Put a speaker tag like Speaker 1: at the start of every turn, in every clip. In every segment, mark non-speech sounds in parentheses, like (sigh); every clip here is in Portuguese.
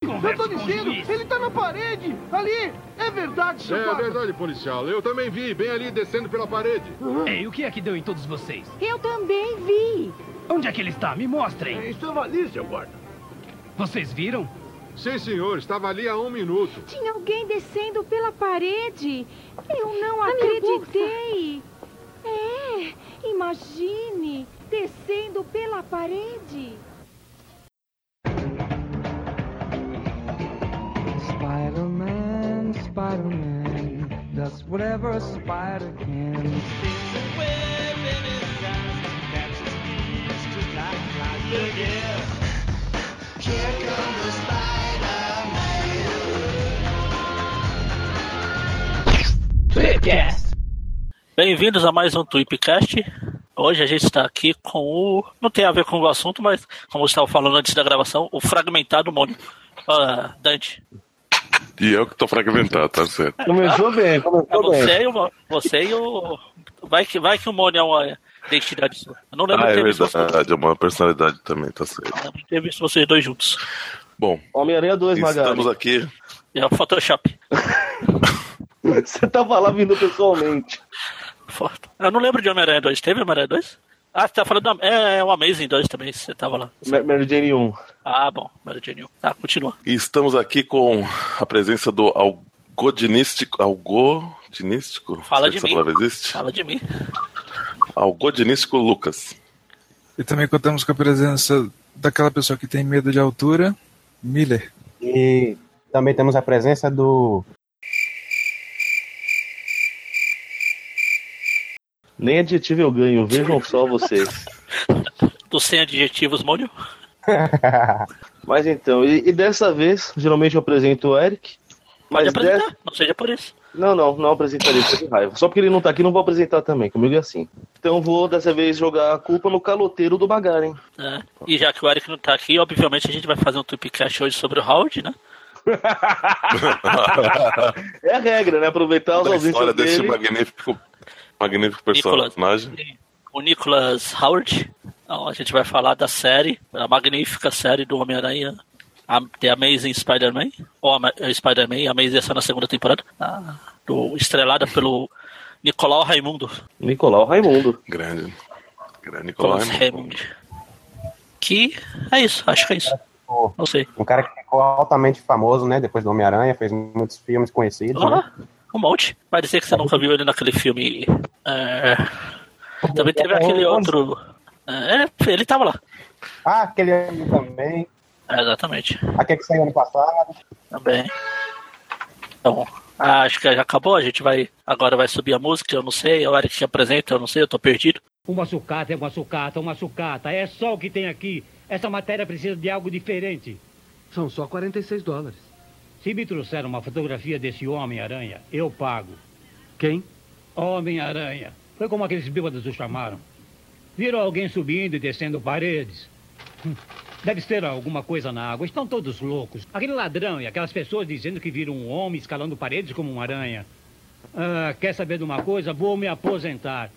Speaker 1: Eu tô
Speaker 2: Converse com o
Speaker 1: dizendo,
Speaker 2: juiz.
Speaker 1: ele tá na parede! Ali! É verdade, seu
Speaker 3: É
Speaker 1: Vaca.
Speaker 3: verdade, policial. Eu também vi, bem ali, descendo pela parede.
Speaker 2: Ei, o que é que deu em todos vocês?
Speaker 4: Eu também vi.
Speaker 2: Onde é que ele está? Me mostrem.
Speaker 5: Estava ali, seu guarda.
Speaker 2: Vocês viram?
Speaker 3: Sim, senhor, estava ali há um minuto.
Speaker 4: Tinha alguém descendo pela parede. Eu não
Speaker 6: minha
Speaker 4: acreditei. É, imagine descendo pela parede.
Speaker 7: Spider-Man, Spider-Man, does whatever a spider can.
Speaker 8: Bem-vindos a mais um Tweepcast. Hoje a gente está aqui com o. Não tem a ver com o assunto, mas como eu estava falando antes da gravação, o fragmentado Mônio. Ah, Dante.
Speaker 9: E eu que tô fragmentado, tá certo.
Speaker 10: Começou bem,
Speaker 8: É
Speaker 10: começou bem.
Speaker 8: você, e o, você e o. Vai que, vai que o Mônio é uma identidade sua. Eu não lembro
Speaker 9: Ah,
Speaker 8: de
Speaker 9: é
Speaker 8: ter visto vocês-
Speaker 9: verdade, é uma personalidade também, tá certo.
Speaker 8: eu lembro de ter visto vocês dois juntos.
Speaker 9: Bom,
Speaker 10: Homem-Aranha 2, Magali.
Speaker 9: estamos aqui.
Speaker 8: É o Photoshop.
Speaker 10: (laughs) Você tava lá vindo pessoalmente.
Speaker 8: Foto. Eu não lembro de Homem-Aranha 2. Teve Homem-Aranha 2? Ah, você tá falando. Da... É, é o Amazing 2 também, você tava lá.
Speaker 10: Ma- Mary Jane 1.
Speaker 8: Ah, bom, Mary Jane. Tá, continua.
Speaker 9: E estamos aqui com a presença do algodinístico. Algodinístico?
Speaker 8: Fala
Speaker 9: Se
Speaker 8: de
Speaker 9: essa
Speaker 8: mim.
Speaker 9: palavra existe?
Speaker 8: Fala de mim.
Speaker 9: Algodinístico Lucas.
Speaker 11: E também contamos com a presença daquela pessoa que tem medo de altura, Miller.
Speaker 12: E também temos a presença do.
Speaker 10: Nem adjetivo eu ganho, vejam só vocês.
Speaker 8: Dos 100 adjetivos, Mônio.
Speaker 10: Mas então, e, e dessa vez, geralmente eu apresento o Eric.
Speaker 8: Pode
Speaker 10: Mas
Speaker 8: apresentar,
Speaker 9: é-
Speaker 10: dessa-
Speaker 8: não seja por isso.
Speaker 10: Não, não, não apresentaria, tô de raiva. Só porque ele não tá aqui, não vou apresentar também, comigo é assim. Então vou dessa vez jogar a culpa no caloteiro do Magaren.
Speaker 8: né? E já que o Eric não tá aqui, obviamente a gente vai fazer um Tweepcast hoje sobre o Howard, né? Tá
Speaker 10: É a regra, né? Aproveitar as
Speaker 9: Da história
Speaker 10: ausências
Speaker 9: desse
Speaker 10: dele.
Speaker 9: magnífico, magnífico
Speaker 8: Nicolas.
Speaker 9: personagem.
Speaker 8: O Nicholas Howard. Então a gente vai falar da série, da magnífica série do Homem-Aranha. a- The Amazing Spider-Man, ou Ama- eh, Spider-Man, Amazing essa na segunda temporada, ah, do, estrelada pelo Nicolau Raimundo.
Speaker 10: Nicolau Raimundo.
Speaker 9: Grande. Grande Nicolas.
Speaker 8: Nicolas Raimundo. Que é isso, acho que é isso. Não sei.
Speaker 12: Um cara que ficou altamente famoso, né? Depois do Homem-Aranha, fez muitos filmes conhecidos. né?
Speaker 8: Ah, um monte. Vai dizer que você nunca viu ele naquele filme. eh, Também teve aquele outro. eh, é, ele tava lá.
Speaker 12: Ah, aquele ali também.
Speaker 8: É, Exatamente.
Speaker 12: Aquele que saiu ano passado.
Speaker 8: Também. Então, acho que já acabou. A gente vai. Agora vai subir a música, eu não sei. É o Eric que apresenta, eu não sei, eu tô perdido.
Speaker 2: Uma sucata é uma sucata, uma sucata. É só o que tem aqui. Essa matéria precisa de algo diferente.
Speaker 1: São só 46 dólares.
Speaker 2: Se me trouxer uma fotografia desse Homem-Aranha, eu pago.
Speaker 1: Quem?
Speaker 2: Homem-Aranha. Foi como aqueles bêbados o chamaram. Viram alguém subindo e descendo paredes. Hum, Deve ser alguma coisa na água. Estão todos loucos. Aquele ladrão e aquelas pessoas dizendo que viram um homem escalando paredes como um aranha. Ah, quer saber de uma coisa? Vou me aposentar.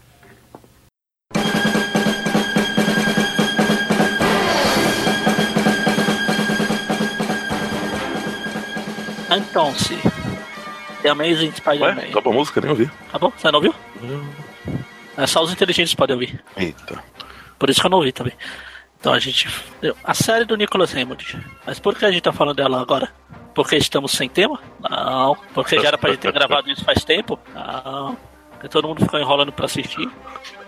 Speaker 8: Então, se. The Amazing
Speaker 9: Ué,
Speaker 8: Spider-Man.
Speaker 9: topa a música, nem ouvi.
Speaker 8: Tá bom? Você não ouviu? É só os inteligentes podem ouvir.
Speaker 9: Eita.
Speaker 8: Por isso que eu não ouvi também. Então a gente. A série do Nicholas Hammond. Mas por que a gente tá falando dela agora? Porque estamos sem tema? Não. Porque já era pra gente ter gravado isso faz tempo? Não. Porque todo mundo ficou enrolando pra assistir.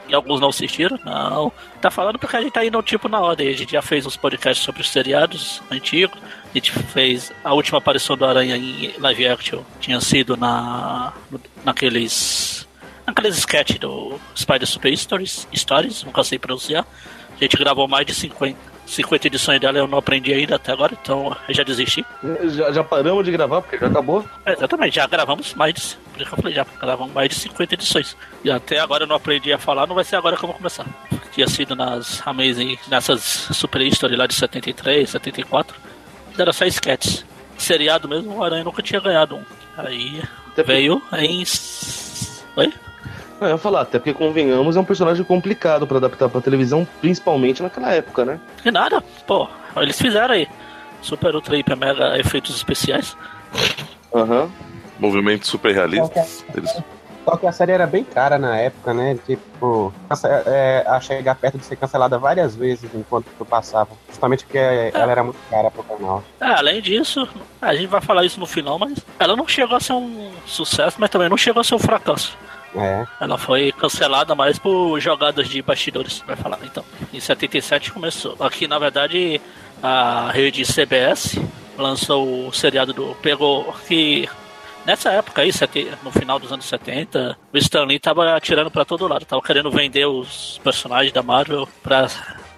Speaker 8: E alguns não assistiram? Não. Tá falando porque a gente tá indo tipo na ordem. A gente já fez uns podcasts sobre os seriados antigos. A gente fez a última aparição do Aranha em live action. Tinha sido na. naqueles. Naqueles sketch do Spider Super Stories, Stories, nunca sei pronunciar. A gente gravou mais de 50, 50 edições dela, eu não aprendi ainda até agora, então eu já desisti.
Speaker 10: Já, já paramos de gravar, porque já acabou.
Speaker 8: É, Exatamente, já gravamos mais de. Por isso que eu falei, já gravamos mais de 50 edições. E até agora eu não aprendi a falar, não vai ser agora que eu vou começar. Tinha sido nas Amazing, nessas Super History lá de 73, 74. Era só sketches. Seriado mesmo, o Aranha nunca tinha ganhado um. Aí
Speaker 10: Até
Speaker 8: veio em. s- Oi?
Speaker 10: porque- Ah, eu ia falar, até porque convenhamos, é um personagem complicado pra adaptar pra televisão, principalmente naquela época, né?
Speaker 8: Que nada, pô, eles fizeram aí. super, ultra, hiper, mega efeitos especiais.
Speaker 10: Aham.
Speaker 9: Movimentos super realistas. Eles...
Speaker 12: Só que a série era bem cara na época, né? Tipo, cansa- é, a chegar perto de ser cancelada várias vezes enquanto eu passava. Justamente porque ela era muito cara pro canal.
Speaker 8: É, além disso, a gente vai falar isso no final, mas ela não chegou a ser um sucesso, mas também não chegou a ser um fracasso.
Speaker 12: É.
Speaker 8: Ela foi cancelada mais por jogadas de bastidores, vai falar. Então, em 77 começou. Aqui, na verdade, a rede CBS lançou o seriado do pegou que nessa época aí, sete- no final dos anos 70, o Stan Lee tava atirando pra todo lado, tava querendo vender os personagens da Marvel pra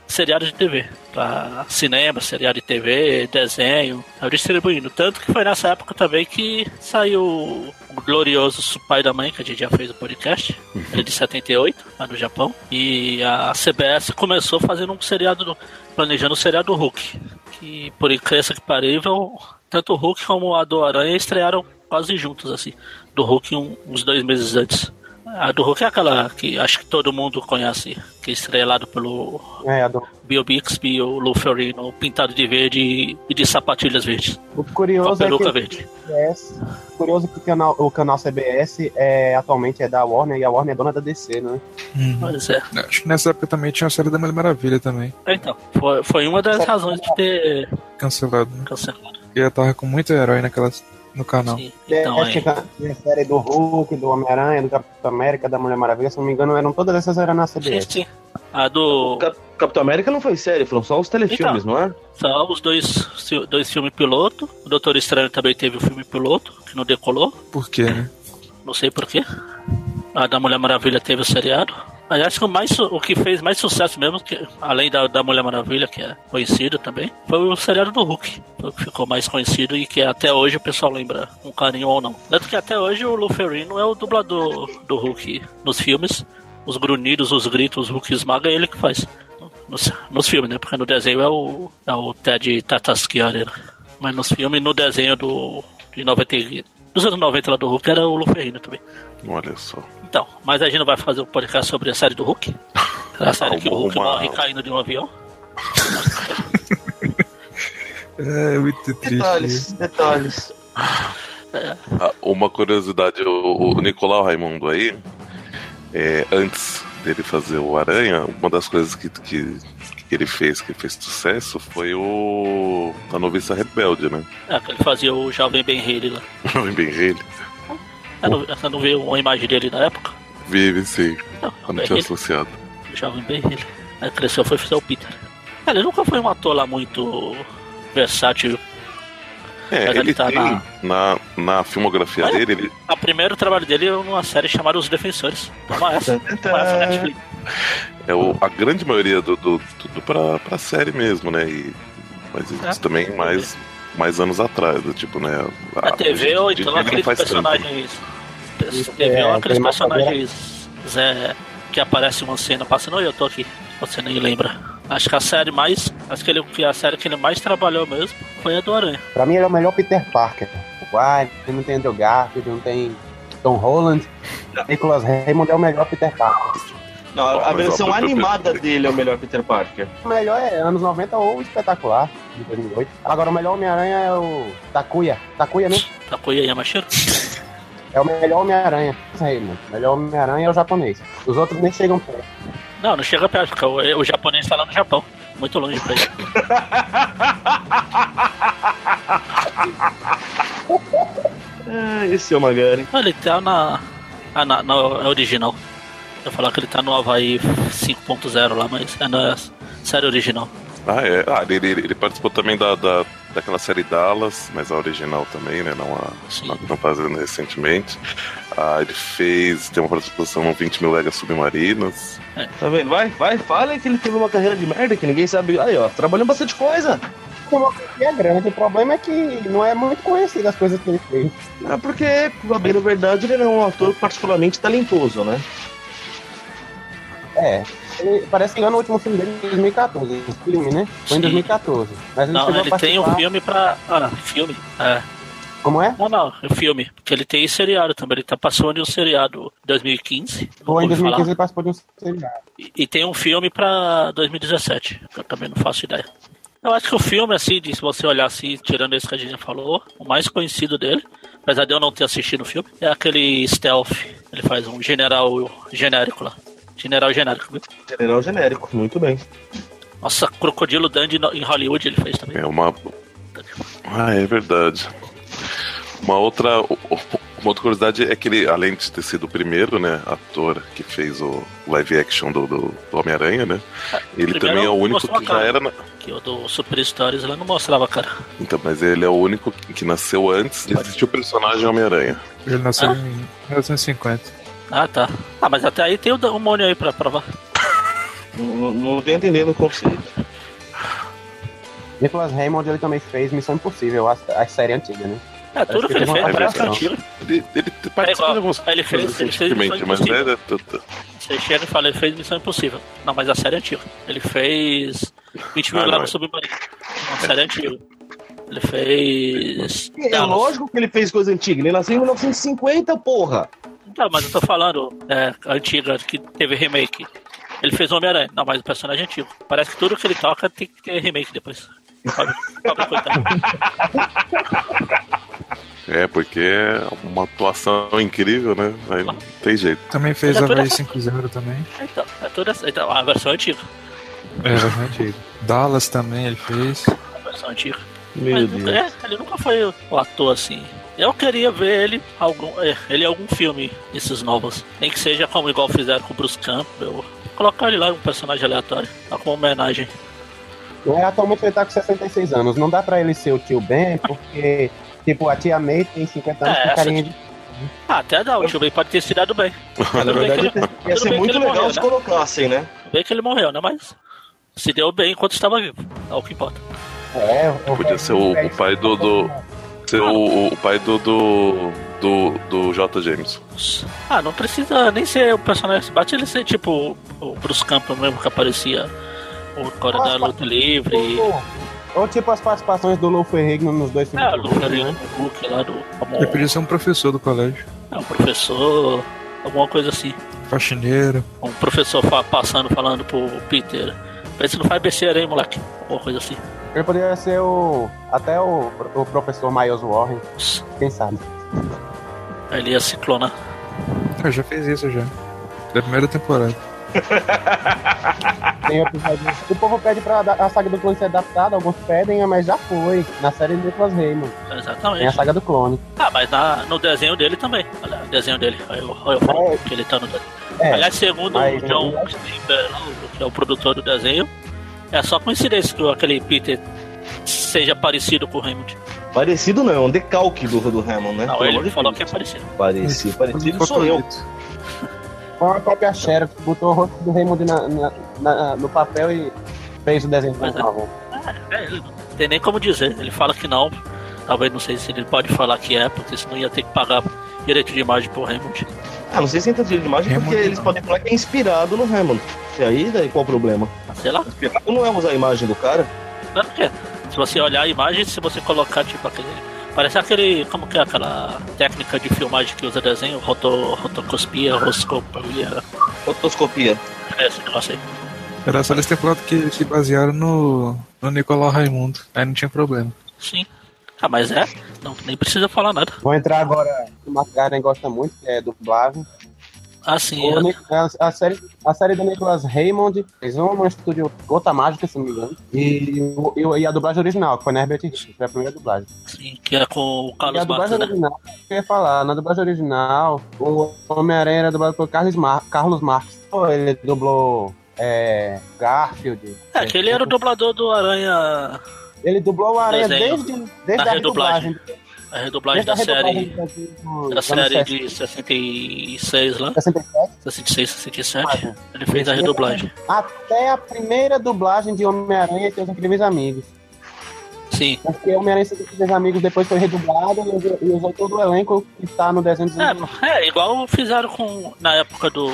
Speaker 8: seriados de TV, pra cinema, seriado de TV, desenho, tava distribuindo. Tanto que foi nessa época também que saiu o glorioso Pai da Mãe, que a gente já fez o podcast, ele é de 78, lá no Japão, e a CBS começou fazendo um seriado, do- planejando o seriado Hulk, que por incrível que parível, tanto o Hulk como a do Aranha estrearam quase juntos, assim, do Hulk um- uns dois meses antes. A do Hulk é aquela que acho que todo mundo conhece, que é estrelado pelo
Speaker 12: É, a do-
Speaker 8: Bill Bixby, o Lou Ferrigno, pintado de verde e- e de sapatilhas verdes.
Speaker 12: O curioso
Speaker 8: Com a
Speaker 12: é que
Speaker 8: peruca
Speaker 12: o
Speaker 8: verde.
Speaker 12: CBS, curioso é que o canal, o canal CBS é, atualmente é da Warner e a Warner é dona da DC, né?
Speaker 8: Pois é.
Speaker 11: Acho que nessa época também tinha a série da Mulher Maravilha também,
Speaker 8: Então, foi, foi uma das razões de ter
Speaker 11: cancelado. Né?
Speaker 8: cancelado.
Speaker 11: E ela tava com muito herói naquela, no canal.
Speaker 8: Então,
Speaker 12: é, tinha a série do Hulk, do Homem-Aranha, do Capitão América, da Mulher Maravilha, se não me engano, eram todas essas eram na CBS.
Speaker 8: A do.
Speaker 10: Capitão América não foi série, foram só os telefilmes, não é?
Speaker 8: Só os dois, fi- dois filmes piloto. O Doutor Estranho também teve o filme piloto, que não decolou,
Speaker 11: Por quê, né?
Speaker 8: não sei porquê. A da Mulher Maravilha teve o seriado. Mas acho que o, mais, su- o que fez mais sucesso mesmo, que, além da, da Mulher Maravilha, que é conhecido também, foi o seriado do Hulk. Foi o que ficou mais conhecido e que até hoje o pessoal lembra com carinho ou não. Tanto que até hoje o Luferino é o dublador do Hulk nos filmes. Os grunhidos, os gritos, o Hulk esmaga é ele que faz. Nos, nos filmes, né? Porque no desenho é o, é o Ted Tataschiari, né? Mas nos filmes, no desenho do, de 90, e- dos anos 90 lá do Hulk, era o Luferino também.
Speaker 9: Olha só.
Speaker 8: Então, mas a gente não vai fazer um podcast sobre a série do Hulk? É
Speaker 9: (laughs)
Speaker 8: A série que o Hulk
Speaker 9: Uma-
Speaker 8: morre caindo de um avião?
Speaker 11: É muito triste.
Speaker 10: Detalhes, detalhes.
Speaker 9: Ah, Uma curiosidade, o, o Nicolau Raimundo aí, é, antes dele fazer o Aranha, uma das coisas que, que, que ele fez, que fez sucesso, foi o A Noviça Rebelde, né? (laughs)
Speaker 8: É, que ele fazia o jovem Ben Haley lá.
Speaker 9: O nome bem ele.
Speaker 8: Você não, você não viu uma imagem dele na época?
Speaker 9: Vive, sim. Eu não
Speaker 8: Ben
Speaker 9: tinha
Speaker 8: Haley.
Speaker 9: associado.
Speaker 8: O jovem Ben Haley. Aí cresceu foi fazer o Peter. Cara, ele nunca foi um ator lá muito versátil.
Speaker 9: É,
Speaker 8: Mas
Speaker 9: ele
Speaker 8: ele tá
Speaker 9: tem,
Speaker 8: na-
Speaker 9: na... Na, filmografia
Speaker 8: Olha.
Speaker 9: dele, ele,
Speaker 8: O primeiro trabalho dele é uma série chamada Os Defensores. Toma essa. Toma essa, Netflix.
Speaker 9: é o, a grande maioria do, do tudo pra, pra série mesmo, né? E, mas isso
Speaker 8: É.
Speaker 9: também mais, mais anos atrás, do tipo, né?
Speaker 8: Na
Speaker 9: a-
Speaker 8: TV ou
Speaker 9: hoje em
Speaker 8: então
Speaker 9: dia não
Speaker 8: aqueles
Speaker 9: faz tanto, né?
Speaker 8: personagens. TV ou
Speaker 12: é, tem
Speaker 8: aqueles
Speaker 12: uma
Speaker 8: personagens é, que aparece uma cena passando, oi, eu tô aqui. Você nem lembra. Acho que a série mais. Acho que, ele, que a série que ele mais trabalhou mesmo foi a do Aranha.
Speaker 12: Pra mim ele é o melhor Peter Parker. Uai, não tem Andrew Garfield, não tem Tom Holland. Nicholas Raymond é o melhor Peter Parker.
Speaker 10: Não,
Speaker 9: Ó,
Speaker 10: a
Speaker 9: mas, ó,
Speaker 10: versão
Speaker 9: eu- eu-
Speaker 10: animada dele é o melhor Peter Parker.
Speaker 12: O melhor é anos 90 ou espetacular, de 2008. Agora o melhor Homem-Aranha é o Takuya. Takuya, né?
Speaker 8: Da Koya Yamashiro.
Speaker 12: É o melhor Homem-Aranha. Isso aí, mano. O melhor Homem-Aranha é o japonês. Os outros nem chegam perto.
Speaker 8: Não, não chega perto, porque o, o japonês tá lá no Japão. Muito longe pra ele.
Speaker 10: Ah, esse é o Magari.
Speaker 8: Ah, Ele tá na, ah, na, na original. Eu ia falar que ele tá no Havaí 5.0 lá, mas é na série original.
Speaker 9: Ah, é. Ah, ele, ele- ele participou também da, da, daquela série Dallas, mas a original também, né? Não a
Speaker 8: Sim.
Speaker 9: não a que estão fazendo recentemente. Ah, ele fez, tem uma participação no 20 mil legas submarinas.
Speaker 10: Tá vendo? Vai, vai, fala aí que ele teve uma carreira de merda que ninguém sabe. Aí, ó, trabalhando bastante coisa.
Speaker 12: E é grande. O problema é que não é muito conhecido as coisas que ele fez.
Speaker 10: É porque, a bem da verdade, ele não é um ator particularmente talentoso, né?
Speaker 12: É. Ele, parece que engano, o último filme dele em 2014. O filme, né? Foi em
Speaker 8: Sim.
Speaker 12: 2014. Mas ele
Speaker 8: Não,
Speaker 12: chegou
Speaker 8: ele
Speaker 12: a
Speaker 8: tem um
Speaker 12: participar-
Speaker 8: filme pra. Ah, filme. É.
Speaker 12: Como é?
Speaker 8: Não, não, é filme. Porque ele tem seriado também. Ele tá passando de um seriado 2015.
Speaker 12: Foi em
Speaker 8: ouvi falar.
Speaker 12: 2015 ele participou de um seriado.
Speaker 8: E, e tem um filme pra 2017. Que eu também não faço ideia. Eu acho que o filme, assim, de se você olhar assim, tirando isso que a gente já falou, o mais conhecido dele, apesar de eu não ter assistido o filme, é aquele stealth. Ele faz um general genérico lá. General genérico. viu?
Speaker 10: General genérico, muito bem.
Speaker 8: Nossa, Crocodilo Dandy no- em Hollywood ele fez também.
Speaker 9: É uma. Ah, é verdade. Uma outra, uma outra curiosidade é que ele, além de ter sido o primeiro, né, ator que fez o live action do, do, do Homem-Aranha, né?
Speaker 8: Primeiro
Speaker 9: Ele também é o único
Speaker 8: mostrou a
Speaker 9: que já
Speaker 8: cara,
Speaker 9: era. na-
Speaker 8: Que o do Super Stories lá não mostrava a cara.
Speaker 9: Então, mas ele é o único que nasceu antes de existir o personagem Homem-Aranha.
Speaker 11: Ele nasceu em 1950.
Speaker 8: Ah, tá. Ah, mas até aí tem o demônio aí pra provar.
Speaker 10: Não, não tô entendendo o conceito.
Speaker 12: Nicholas Raymond ele também fez Missão Impossível, a, a série antiga, né?
Speaker 8: É, tudo que ele fez é
Speaker 12: parece
Speaker 8: infantil.
Speaker 9: Ele, ele
Speaker 8: participou de alguns Ele fez, ele fez Missão
Speaker 9: Recentemente, mas né,
Speaker 8: Impossível.
Speaker 9: era. tudo-
Speaker 8: Você chega e fala, ele fez Missão Impossível. Não, mas a série é antiga. Ele fez 20 mil
Speaker 9: Ah, não,
Speaker 8: gramas
Speaker 9: é.
Speaker 8: submarino. Uma série antiga. Ele fez.
Speaker 10: É
Speaker 8: Dallas.
Speaker 10: lógico que ele fez coisa antiga, ele nasceu em 1950, porra!
Speaker 8: Não, Tá, mas eu tô falando é, a antiga, que teve remake. Ele fez Homem-Aranha. Não, mas o personagem é antigo. Parece que tudo que ele toca tem que ter remake depois. Pobre, pobre
Speaker 10: (laughs)
Speaker 8: coitado.
Speaker 9: É, porque é uma atuação incrível, né? Aí não tem jeito.
Speaker 11: Também fez
Speaker 8: Ele é
Speaker 11: a
Speaker 8: toda-
Speaker 11: Havaí 5-0 também.
Speaker 8: Então, é toda essa- então, a versão antiga.
Speaker 11: É, realmente. Dallas também ele fez.
Speaker 8: A versão é antiga.
Speaker 11: Meu
Speaker 8: mas nunca, é, ele nunca foi o ator assim. Eu queria ver ele algum, é, ele em algum filme desses novos. Nem que seja como igual fizeram com o Bruce Campbell. Colocar ele lá um personagem aleatório, lá como homenagem.
Speaker 12: É, atualmente ele tá com 66 anos. Não dá pra ele ser o tio Ben, porque, tipo, a tia May tem 50 anos
Speaker 8: É,
Speaker 12: com
Speaker 8: essa
Speaker 12: carinha de.
Speaker 8: Ah, até dá, o tio Ben pode ter se dado bem.
Speaker 10: Mas, na
Speaker 8: Tudo bem que
Speaker 10: verdade,
Speaker 8: ele-
Speaker 10: ia
Speaker 8: tudo
Speaker 10: ser
Speaker 8: bem que
Speaker 10: muito
Speaker 8: ele
Speaker 10: legal
Speaker 8: morreu,
Speaker 10: se
Speaker 8: né?
Speaker 10: colocassem, né?
Speaker 8: Tudo bem que ele morreu, né? Mas se deu bem enquanto estava vivo. É o que importa.
Speaker 12: É, o
Speaker 9: Podia ser o, o pai do. do ser o, o pai do. do. do, do J. James.
Speaker 8: Ah, não precisa nem ser o personagem que se bate, ele ser tipo o Bruce Campbell mesmo que aparecia. O Cora da Luta Livre.
Speaker 12: Ou tipo as participações do Lou Ferrigno nos dois filmes.
Speaker 8: É, o Luke, ali, o Luke lá do. Como,
Speaker 11: Ele podia ser um professor do colégio.
Speaker 8: é, um professor. Alguma coisa assim.
Speaker 11: Faxineiro.
Speaker 8: Um professor fa- passando, falando pro Peter. Vê se não faz besteira aí, moleque. Alguma coisa assim.
Speaker 12: Ele poderia ser o. até o, o professor Miles Warren. Quem sabe?
Speaker 8: Aí ele ia se clonar.
Speaker 11: Ah, já fez isso já. Da primeira temporada.
Speaker 12: Tem episódio. O povo pede pra da- a saga do clone ser adaptada, alguns pedem, mas já foi. Na série do Nicholas Raymond. Tem a
Speaker 8: Exatamente.
Speaker 12: saga do clone.
Speaker 8: Ah, mas na- no desenho dele também. Olha, o desenho dele. Olha, eu, olha, eu falo que ele tá no desenho.
Speaker 12: É,
Speaker 8: Aliás, segundo
Speaker 12: mas-
Speaker 8: o John Steinberg, lá, o- que é o produtor do desenho, é só coincidência que aquele Peter seja parecido com o Raymond.
Speaker 10: Parecido não, é um decalque do, do Hammond, né?
Speaker 8: Não,
Speaker 10: Pelo amor
Speaker 8: ele
Speaker 10: de
Speaker 8: falou
Speaker 10: Deus.
Speaker 8: que é parecido.
Speaker 10: Parecido, parecido sou eu.
Speaker 12: Foi uma cópia Xerox, botou o rosto do Raymond na- na- na- no papel e fez o desenho do
Speaker 8: Mas é-
Speaker 12: novo.
Speaker 8: É, ele não tem nem como dizer. Ele fala que não. Talvez não sei se ele pode falar que é, porque senão ia ter que pagar direito de imagem pro Raymond.
Speaker 10: Ah, não sei se entra direito de imagem, porque
Speaker 11: Hammond,
Speaker 10: eles podem falar que é inspirado no Hammond. E aí, daí qual o problema?
Speaker 8: Sei lá,
Speaker 10: Inspirado não é usar a imagem do cara.
Speaker 8: claro que é. Se você olhar a imagem, se você colocar tipo aquele. Parece aquele. como que é aquela técnica de filmagem que usa desenho? Roto, rotoscopia, roscopia.
Speaker 10: Fotoscopia.
Speaker 8: É esse negócio aí.
Speaker 11: Era só eles terem falado que eles se basearam no, no Nicolau Raimundo. Aí não tinha problema.
Speaker 8: Sim. Ah, mas é? Não, nem precisa falar nada.
Speaker 12: Vou entrar agora. O Mark Garden gosta muito, que é dublagem.
Speaker 8: Assim,
Speaker 12: O
Speaker 8: é,
Speaker 12: Nic- a, a série, a série do Nicholas Raymond fez uma no estúdio Gota Mágica, se não me engano. E, o- e o- e a dublagem original, que foi na Herbert Richards, foi a primeira dublagem.
Speaker 8: assim, que é com o
Speaker 12: E a
Speaker 8: Carlos Marques,
Speaker 12: dublagem é
Speaker 8: né?
Speaker 12: original, eu ia falar, na dublagem original, o Homem-Aranha era dublado por Carlos, Mar Carlos Marques. Pô, ele dublou é, Garfield.
Speaker 8: É, que ele era o dublador do Aranha.
Speaker 12: Ele dublou o Aranha
Speaker 8: Desenho.
Speaker 12: desde, desde
Speaker 8: Na
Speaker 12: a
Speaker 8: redublagem.
Speaker 12: redublagem.
Speaker 8: A redublagem
Speaker 12: Desde
Speaker 8: da
Speaker 12: é a redublagem
Speaker 8: série.
Speaker 12: do Brasil dos
Speaker 8: Da
Speaker 12: anos
Speaker 8: série de 66 lá.
Speaker 12: 67,
Speaker 8: 66, 67.
Speaker 12: quatro.
Speaker 8: Ele fez
Speaker 12: é
Speaker 8: a redublagem.
Speaker 12: até a primeira dublagem de Homem-Aranha e seus incríveis amigos. né?
Speaker 8: Sim.
Speaker 12: Porque Homem-Aranha e seus incríveis amigos depois foi redublado e usou, e usou todo o elenco que está no desenho de
Speaker 8: É, é, igual fizeram com. Na época do.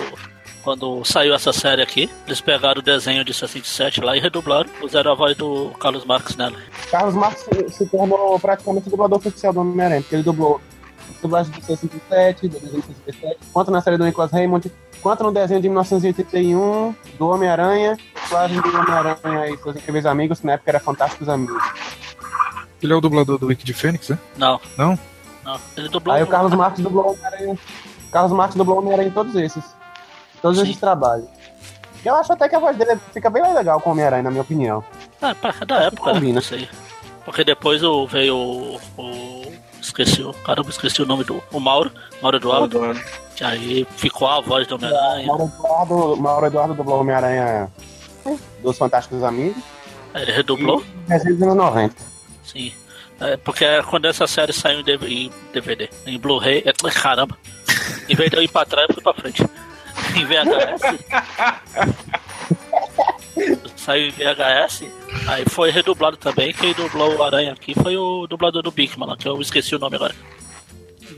Speaker 8: Quando saiu essa série aqui, eles pegaram o desenho de 67 lá e redublaram, puseram a voz do Carlos Marques nela.
Speaker 12: Carlos Marques se, se tornou praticamente o dublador oficial do Homem-Aranha, porque ele dublou
Speaker 10: dublagem de 67, do desenho de 67, quanto na série do Nicholas Raymond, quanto no desenho de 1981, do Homem-Aranha, dublagem do Homem-Aranha e seus incríveis amigos, que na época era Fantásticos Amigos.
Speaker 11: Ele é o dublador do Wiki de Fênix, né?
Speaker 8: Não.
Speaker 11: Não?
Speaker 8: Não. Ele dublou. um-
Speaker 10: Aí o Carlos Marques dublou Homem-Aranha. Carlos Marques dublou Homem-Aranha em todos esses. Todos esses trabalhos. Eu acho até que a voz dele fica bem mais legal com o Homem-Aranha, na minha opinião.
Speaker 8: Ah, pra- da época, né?
Speaker 10: combina.
Speaker 8: Não sei. Porque depois o- veio o, o- Esqueci o. Caramba, esqueci o nome do. O Mauro. Mauro Eduardo. Que aí ficou a voz do Homem-Aranha.
Speaker 10: Mauro Eduardo, Mauro Eduardo dublou Homem-Aranha dos Fantásticos Amigos.
Speaker 8: Aí Ele redublou?
Speaker 10: Desenho dos anos 90.
Speaker 8: Sim. É, porque é quando essa série saiu em DV em DVD, em Blu-ray, é, caramba. Em vez de eu ir pra trás, eu fui pra frente. Em VHS. saiu em VHS, aí foi redublado também. Quem dublou o Aranha aqui foi o dublador do Bigman, lá, que eu esqueci o nome agora.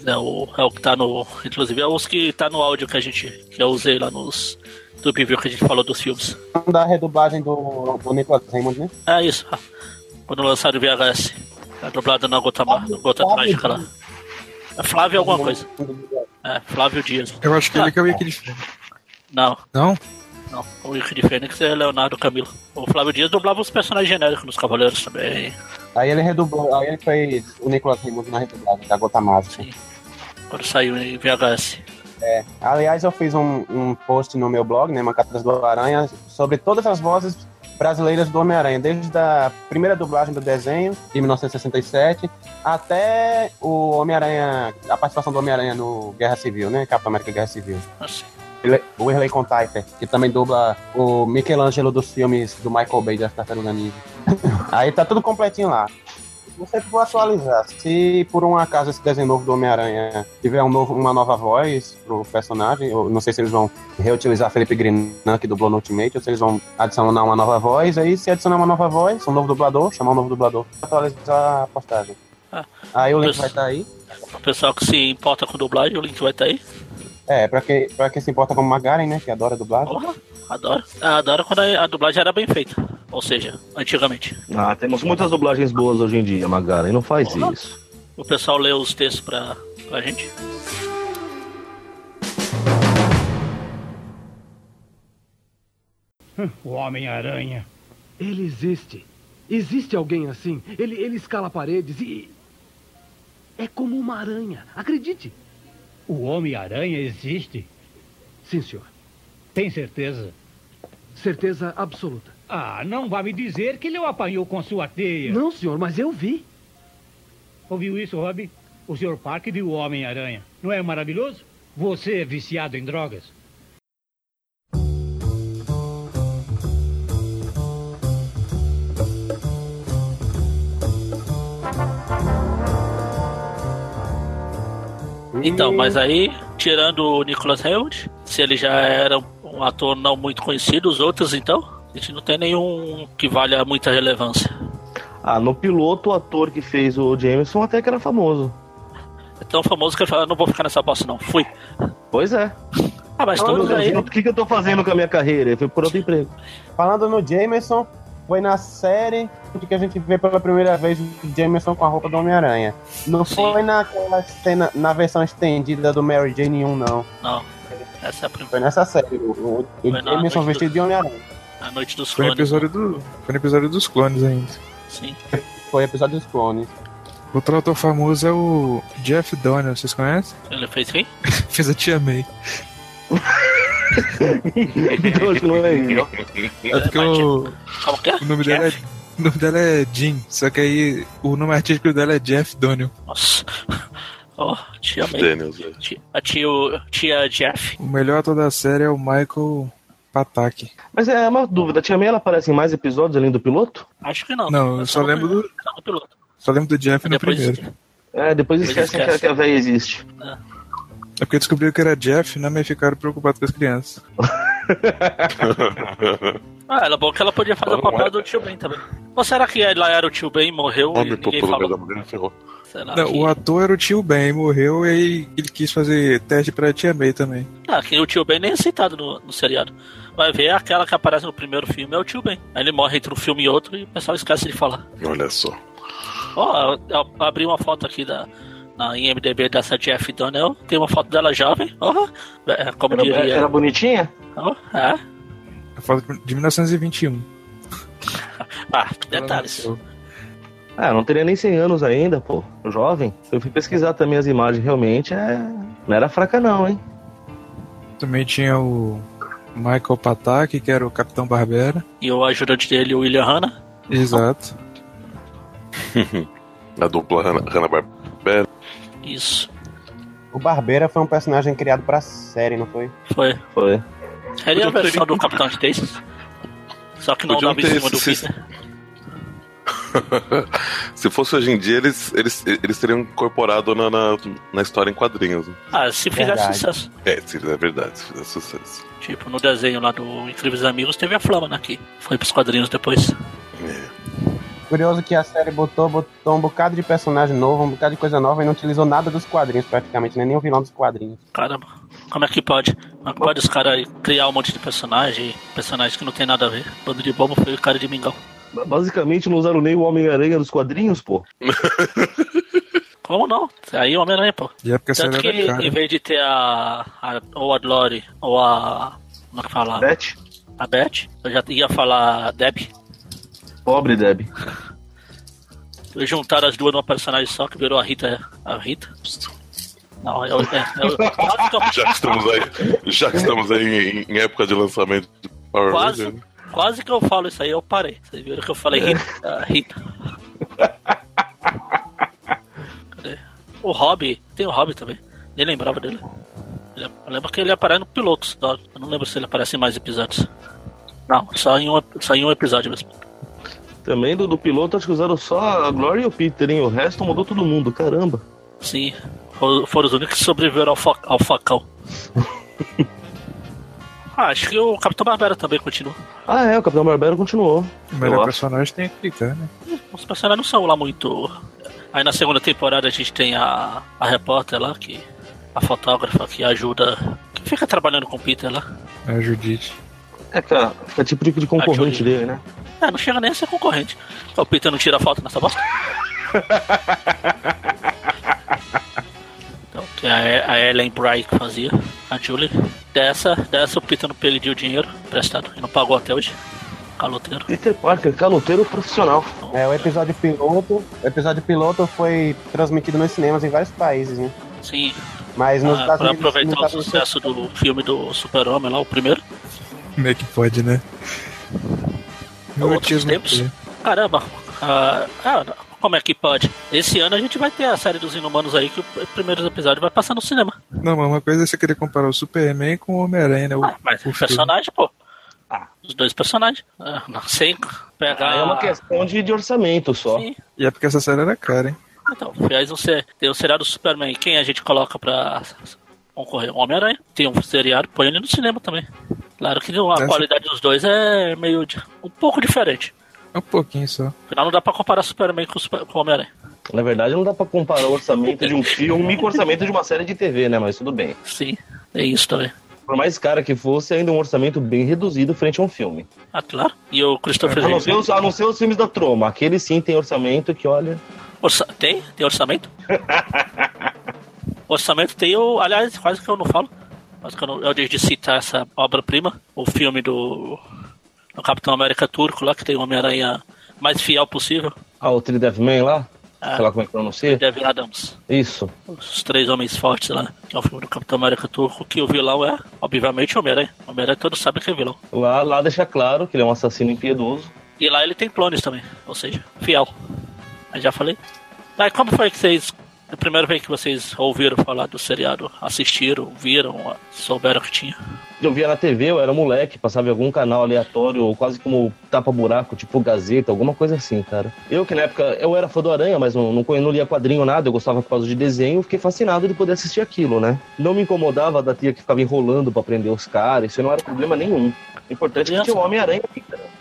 Speaker 8: É o, é o que tá no. Inclusive é os que tá no áudio que a gente. que eu usei lá nos. do preview que a gente falou dos filmes.
Speaker 10: Da redublagem do, do Nicolas Raymond, né?
Speaker 8: É isso. ah, Quando lançaram o VHS. Tá dublado na gota, ma- gota
Speaker 10: Flávio
Speaker 8: trágica lá. É Flávio alguma coisa. É, Flávio Dias.
Speaker 11: Eu acho que ele que é o Wiki de
Speaker 8: Ah.
Speaker 11: Fênix.
Speaker 8: Não,
Speaker 11: Não?
Speaker 8: não. O Rick de Fênix é Leonardo Camilo. O Flávio Dias dublava os personagens genéricos nos Cavaleiros também.
Speaker 10: Aí ele redublou, aí ele fez o Nicolas Raymond na redublagem da Gota Mágica.
Speaker 8: Quando saiu em VHS.
Speaker 10: É. Aliás, eu fiz um, um post no meu blog, né, Macatas do Aranha, sobre todas as vozes brasileiras do Homem-Aranha, desde a primeira dublagem do desenho, de 1967, até o Homem-Aranha, a participação do Homem-Aranha no Guerra Civil, né, Capitão América Guerra Civil.
Speaker 8: Nossa.
Speaker 10: Ele- O Irley Contaiter, que também dubla o Michelangelo dos filmes do Michael Bay, das Tartarugas Ninja. Aí tá tudo completinho lá. Eu sempre vou atualizar. Se por um acaso esse desenho novo do Homem-Aranha tiver um novo- uma nova voz pro personagem, eu não sei se eles vão reutilizar Felipe Grinan, que dublou no Ultimate, ou se eles vão adicionar uma nova voz. Aí se adicionar uma nova voz, um novo dublador, chamar um novo dublador, atualizar a postagem.
Speaker 8: Ah.
Speaker 10: Aí o link
Speaker 8: Pois-
Speaker 10: vai estar aí.
Speaker 8: O pessoal que se importa com dublagem, o link vai estar aí.
Speaker 10: É, pra quem, pra quem se importa como Magaren, né, que adora dublagem.
Speaker 8: Porra, adoro. Ah, Adoro quando a a dublagem era bem feita. Ou seja, antigamente.
Speaker 13: Ah, temos muitas dublagens boas hoje em dia, Magara, e não faz isso.
Speaker 8: O pessoal lê os textos pra, pra gente.
Speaker 2: O Homem-Aranha.
Speaker 12: Ele existe. Existe alguém assim. Ele, ele escala paredes e. É como uma aranha. Acredite.
Speaker 2: O Homem-Aranha existe?
Speaker 12: Sim, senhor.
Speaker 2: Tem certeza?
Speaker 12: Certeza absoluta.
Speaker 2: Ah, não vá me dizer que ele o apanhou com sua teia.
Speaker 12: Não, senhor, mas eu vi.
Speaker 2: Ouviu isso, Rob? O Sr. Park viu o Homem-Aranha. Não é maravilhoso? Você é viciado em drogas.
Speaker 8: Então, mas aí, tirando o Nicholas Hammond, se ele já era um ator não muito conhecido, os outros então, a gente não tem nenhum que valha muita relevância.
Speaker 13: Ah, no piloto, o ator que fez o Jameson até que era famoso.
Speaker 8: É tão famoso que ele fala, não vou ficar nessa bosta não, fui.
Speaker 13: Pois é.
Speaker 8: Ah, mas todos
Speaker 13: Meu
Speaker 8: aí.
Speaker 13: Deus, o que, que eu tô fazendo com a minha carreira? Eu fui por outro emprego.
Speaker 10: Falando no Jameson, foi na série que a gente vê pela primeira vez o Jameson com a roupa do Homem-Aranha. Não
Speaker 8: Sim.
Speaker 12: é
Speaker 10: foi naquela cena, na versão estendida do Mary Jane 1, não.
Speaker 8: Não, essa é a, prim-
Speaker 10: Foi nessa série, o, o- o
Speaker 8: Foi na
Speaker 10: Jameson
Speaker 8: noite
Speaker 10: vestido
Speaker 8: do-
Speaker 10: de Homem-Aranha.
Speaker 8: a Noite dos
Speaker 11: Foi um no
Speaker 8: Clones.
Speaker 11: episódio do. Foi no episódio dos clones ainda.
Speaker 8: Sim.
Speaker 10: Foi o episódio dos clones.
Speaker 11: Outro autor famoso é o Jeff Donner, vocês conhecem? (laughs)
Speaker 8: Ele fez quem?
Speaker 11: Fez a Tia May.
Speaker 13: (laughs) Então acho que não é eu.
Speaker 11: É porque o,
Speaker 8: Como que é?
Speaker 11: o nome dela é. O nome dela é Jim, só que aí o nome artístico dela é Jeff Donnell.
Speaker 8: Nossa. (laughs) Ó, tia May.
Speaker 9: Daniels, velho.
Speaker 8: Tia- A tio, tia Jeff.
Speaker 11: O melhor ator da série é o Michael Pataki.
Speaker 13: Mas é uma dúvida, a Tia May ela aparece em mais episódios além do piloto?
Speaker 8: Acho que não.
Speaker 11: Não, eu só
Speaker 8: no-
Speaker 11: lembro do-
Speaker 8: só no piloto.
Speaker 11: Só lembro do Jeff no
Speaker 8: Depois,
Speaker 11: primeiro.
Speaker 13: É, depois
Speaker 8: Pois
Speaker 13: esquecem
Speaker 8: esquece.
Speaker 13: que, a- que a véia existe.
Speaker 11: É porque descobriram que era Jeff, né? Mas ficaram preocupados com as crianças.
Speaker 8: Ah, ela bom que ela podia fazer
Speaker 9: Ela
Speaker 8: o
Speaker 9: não
Speaker 8: papel
Speaker 9: era.
Speaker 8: do tio Ben também. Ou será que ela era o tio Ben e morreu e
Speaker 9: (laughs) Homem
Speaker 8: ninguém
Speaker 9: topou no lugar
Speaker 8: falou?
Speaker 9: da mulher, ferrou.
Speaker 8: Sei lá,
Speaker 11: Não,
Speaker 8: que-
Speaker 11: o ator era o tio Ben, morreu e aí ele quis fazer teste pra Tia May também.
Speaker 8: Ah, que o tio Ben nem é citado no, no seriado. Vai ver aquela que aparece no primeiro filme é o tio Ben. Aí ele morre entre um filme e outro e o pessoal esquece de falar.
Speaker 9: Olha só.
Speaker 8: Ó, eu- eu abri uma foto aqui da, na IMDB dessa Jeff Donnell. Tem uma foto dela jovem. Oh, é, como
Speaker 11: Era-
Speaker 8: diria.
Speaker 11: era
Speaker 10: bonitinha?
Speaker 8: Oh, é.
Speaker 11: Eu falo de 1921.
Speaker 8: Ah, detalhes.
Speaker 13: É,
Speaker 10: Ah, não teria nem 100 anos ainda, pô. Jovem. Eu fui pesquisar também as imagens, realmente é... não era fraca não, hein?
Speaker 11: Também tinha o Michael Pataki, que era o Capitão Barbera.
Speaker 8: E o ajudante dele, o William Hanna.
Speaker 11: Exato.
Speaker 9: A dupla Hanna- Hanna-Barbera. (laughs)
Speaker 8: Isso.
Speaker 12: O Barbeira foi um personagem criado pra série, não foi?
Speaker 8: Foi.
Speaker 10: Foi.
Speaker 8: Seria é
Speaker 12: Podiam
Speaker 8: a
Speaker 12: ter
Speaker 8: versão do Capitão de Texas. Só que não
Speaker 9: Podiam
Speaker 8: dava em
Speaker 9: ter
Speaker 8: cima do
Speaker 9: esse-
Speaker 8: Peter.
Speaker 9: Se fosse hoje em dia, eles, eles, eles teriam incorporado na, na, na história em quadrinhos. né?
Speaker 8: Ah, se fizesse
Speaker 9: Verdade.
Speaker 8: sucesso.
Speaker 9: É, se- é verdade, se fizesse sucesso.
Speaker 8: Tipo, no desenho lá do Incríveis Amigos teve a Flama, né? Que foi pros quadrinhos depois.
Speaker 12: Curioso que a série botou, botou um bocado de personagem novo, um bocado de coisa nova e não utilizou nada dos quadrinhos praticamente, né? nem o vilão dos quadrinhos.
Speaker 8: Caramba, como é que pode? Como é que pode os caras criar um monte de personagem, personagens que não tem nada a ver? Bando de bobo foi o cara de mingau.
Speaker 10: Ba- Basicamente não usaram nem o Homem-Aranha nos quadrinhos, pô.
Speaker 8: Como não? Aí o Homem-Aranha, pô.
Speaker 11: E é porque essa
Speaker 8: Tanto
Speaker 11: era
Speaker 8: que
Speaker 11: cara.
Speaker 8: em vez de ter a, a ou a Glory ou a. Como é que fala?
Speaker 10: Beth.
Speaker 8: A Beth, eu já ia falar a Deb.
Speaker 10: Pobre Deb.
Speaker 8: Juntaram as duas numa personagem só que virou a Rita. A Rita? Não, é eu. eu, eu quase que eu-
Speaker 9: (laughs) Já que estamos aí, já que estamos aí em, em época de lançamento de Power Ranger,
Speaker 8: Quase,
Speaker 9: né?
Speaker 8: quase que eu falo isso aí, eu parei. Vocês viram que eu falei Rita? Ah, Rita. Cadê? O Hobby, tem o Hobby também. Nem lembrava dele. Ele- Eu lembro que ele aparece no piloto, só. eu não lembro se ele aparece em mais episódios. Não, só em um, só em um episódio mesmo.
Speaker 10: Também do, do piloto, acho que usaram só a Glory e o Peter, hein? O resto mudou todo mundo, caramba.
Speaker 8: Sim, for- foram os únicos que sobreviveram ao, fa- ao facão. Ah, acho que o Capitão Barbera também continua.
Speaker 10: Ah, é, o Capitão Barbero continuou.
Speaker 11: O melhor
Speaker 10: Eu acho.
Speaker 11: personagem tem que ficar, né?
Speaker 8: Os personagens não são lá muito. Aí na segunda temporada a gente tem a, a repórter lá, que a fotógrafa que ajuda. que fica trabalhando com o Peter lá.
Speaker 11: É a Judite.
Speaker 10: É, cara, é tipo de concorrente dele, né?
Speaker 8: Ah, não chega nem a ser concorrente. O Peter não tira foto nessa bosta. então, que a, a Ellen Bry que fazia, a Julie. Dessa, dessa o Peter não pediu dinheiro prestado e não pagou até hoje. Caloteiro.
Speaker 10: Peter Parker, caloteiro profissional.
Speaker 12: É, o episódio piloto, o episódio piloto foi transmitido nos cinemas em vários países, né?
Speaker 8: Sim.
Speaker 12: Mas nos
Speaker 8: Ah,
Speaker 12: Estados
Speaker 8: pra
Speaker 12: Unidos- nos
Speaker 8: aproveitar o
Speaker 12: Estados Unidos-
Speaker 8: sucesso do filme do Super-Homem lá, o primeiro.
Speaker 11: Como é que pode, né? Meu
Speaker 8: é outros
Speaker 11: autismo
Speaker 8: tempos.
Speaker 11: aqui.
Speaker 8: Caramba, ah, ah, como é que pode? Esse ano a gente vai ter a série dos Inumanos aí, que o primeiro episódio vai passar no cinema.
Speaker 11: Não, mas uma coisa é você querer comparar o Superman com o Homem-Aranha, né? O-
Speaker 8: Ah, Mas o personagem, pô. Os dois personagens. Ah, não sei pegar.
Speaker 10: É uma questão de, de orçamento só.
Speaker 11: E é porque essa série era cara, hein?
Speaker 8: Então, aliás, você tem o seriado do Superman. Quem a gente coloca pra concorrer? O Homem-Aranha. Tem um seriado, põe ele no cinema também. Claro que a
Speaker 11: Essa-
Speaker 8: qualidade dos dois é meio. de- um pouco diferente.
Speaker 11: É um pouquinho só.
Speaker 8: Afinal, não dá pra comparar Superman com o Super- com o Homem-Aranha.
Speaker 10: Na verdade, não dá pra comparar o orçamento de um filme com o orçamento de uma série de TV, né? Mas tudo bem.
Speaker 8: Sim, é isso também.
Speaker 10: Por mais cara que fosse, ainda é um orçamento bem reduzido frente a um filme.
Speaker 8: Ah, claro. E o Christopher
Speaker 10: A não, ser
Speaker 8: Reeve?
Speaker 10: os, a não ser os filmes da Troma. Aqueles sim tem orçamento que, olha...
Speaker 8: Orça- Tem? Tem orçamento? orçamento tem o. Aliás, quase que eu não falo. Quase que eu, não, eu deixo de citar essa obra-prima, o filme do, do Capitão América Turco lá, que tem o Homem-Aranha mais fiel possível.
Speaker 10: Ah, o Three Deathman lá? Sei lá como é que pronuncia.
Speaker 8: Devin Adams.
Speaker 10: Isso.
Speaker 8: Os três homens fortes lá, que é o filme do Capitão América Turco, que o vilão é, obviamente, o Homem-Aranha. O Homem-Aranha todos sabem que é vilão.
Speaker 10: Lá, lá deixa claro que ele é um assassino impiedoso.
Speaker 8: E lá ele tem clones também, ou seja, fiel. Mas já falei. Mas como foi que vocês. A primeira vez que vocês ouviram falar do seriado, assistiram, viram, souberam que tinha.
Speaker 10: Eu via na TV, eu era moleque, passava em algum canal aleatório, ou quase como tapa-buraco, tipo Gazeta, alguma coisa assim, cara. Eu, que na época, eu era fã do Aranha, mas não, não, conhe- não lia quadrinho, nada, eu gostava por causa de desenho, fiquei fascinado de poder assistir aquilo, né? Não me incomodava da tia que ficava enrolando pra prender os caras, isso não era problema nenhum. O importante é que tinha o Homem-Aranha.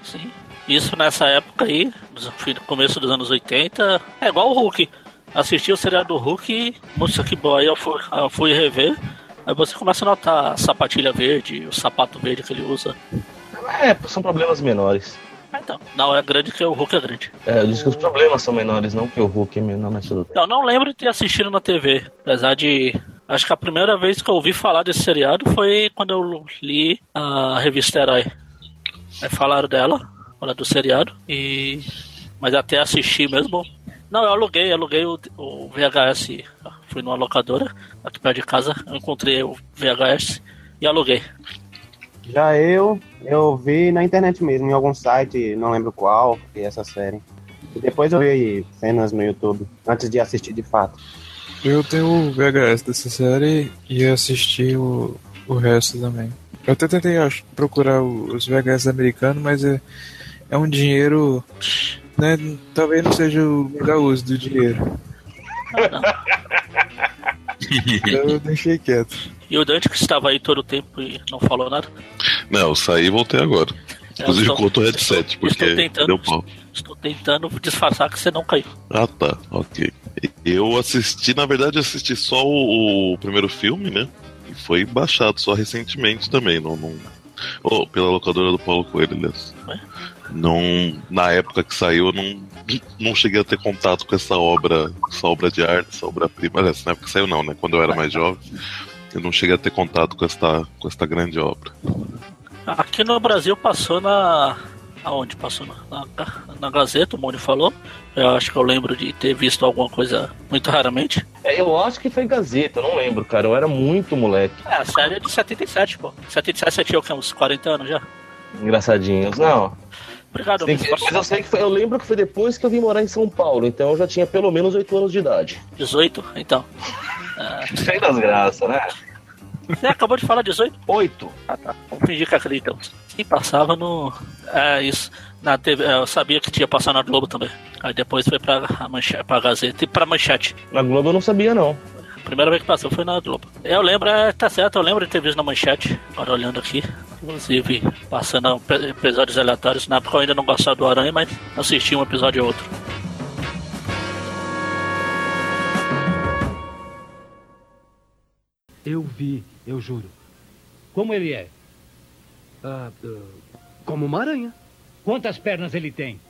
Speaker 8: Sim. Isso nessa época aí, nos- no começo dos anos 80, é igual o Hulk. Assisti o seriado do Hulk e, nossa, que bom. Aí eu fui, eu fui rever. Aí você começa a notar a sapatilha verde, o sapato verde que ele usa.
Speaker 10: É, são problemas menores.
Speaker 8: Mas Então, não é grande que o Hulk é grande.
Speaker 10: É, eu disse que os problemas são menores, não que o Hulk é menor, mas tudo bem.
Speaker 8: Eu não lembro de ter assistido na TV, apesar de. Acho que a primeira vez que eu ouvi falar desse seriado foi quando eu li a revista Herói. Aí falaram dela, falaram do seriado, e. Mas até assisti mesmo. Não, eu aluguei, aluguei o, o VHS. Fui numa locadora, aqui perto de casa, eu encontrei o VHS e aluguei.
Speaker 12: Já eu, eu vi na internet mesmo, em algum site, não lembro qual, que essa série. E depois eu vi cenas no YouTube, antes de assistir de fato.
Speaker 11: Eu tenho o VHS dessa série e assisti o, o resto também. Eu até tentei ach- procurar o- os VHS americanos, mas é, é um dinheiro. Né, talvez não seja o melhor uso do dinheiro. Então eu deixei quieto.
Speaker 8: E o Dante que estava aí todo o tempo e não falou nada.
Speaker 9: Não, eu saí e voltei agora.
Speaker 8: É,
Speaker 9: Inclusive,
Speaker 8: estou-
Speaker 9: cortou o headset,
Speaker 8: estou-
Speaker 9: porque
Speaker 8: estou então, tentando.
Speaker 9: deu pau.
Speaker 8: Estou tentando disfarçar que você não caiu.
Speaker 9: Ah, tá, ok. Eu assisti, na verdade, eu assisti só o, o primeiro filme, né? E foi baixado só recentemente também, não. não... Oh, pela locadora do Paulo Coelho, aliás. Não, na época que saiu, eu não, não cheguei a ter contato com essa obra, essa obra de arte, essa obra-prima. Aliás, na época que saiu, não, né? Quando eu era mais jovem, eu não cheguei a ter contato com esta, com esta grande obra.
Speaker 8: Aqui no Brasil passou na. Aonde? Passou na, na, na Gazeta, o Mônio falou. Eu acho que eu lembro de ter visto alguma coisa muito raramente.
Speaker 10: É, eu acho que foi Gazeta, eu não lembro, cara. Eu era muito moleque.
Speaker 8: É, a série é de 77, pô. 77 você tinha o quê? Uns 40 anos já?
Speaker 10: Engraçadinhos. Não.
Speaker 8: Obrigado,
Speaker 10: Tem que- mas eu sei que foi- eu lembro que foi depois que eu vim morar em São Paulo, então eu já tinha pelo menos 8 anos de idade.
Speaker 8: 18, então.
Speaker 10: Sem das graças, né?
Speaker 8: Você acabou de falar 18? 8. Ah, tá. Vamos fingir que acreditam. Sim, passava no. É, isso. Na TV, é, eu sabia que tinha passado na Globo também. Aí depois foi pra, a manche, pra Gazeta e pra Manchete.
Speaker 10: Na Globo eu não sabia, não.
Speaker 8: A primeira vez que passou foi na Globo. Eu lembro, é, tá certo, eu lembro de ter visto na Manchete. Agora olhando aqui. Inclusive, passando pe- episódios aleatórios. Na época eu ainda não gostava do Aranha, mas assisti um episódio ou outro.
Speaker 1: Eu vi, eu juro.
Speaker 2: Como ele é?
Speaker 1: Ah, ah, como uma aranha.
Speaker 2: Quantas pernas ele tem?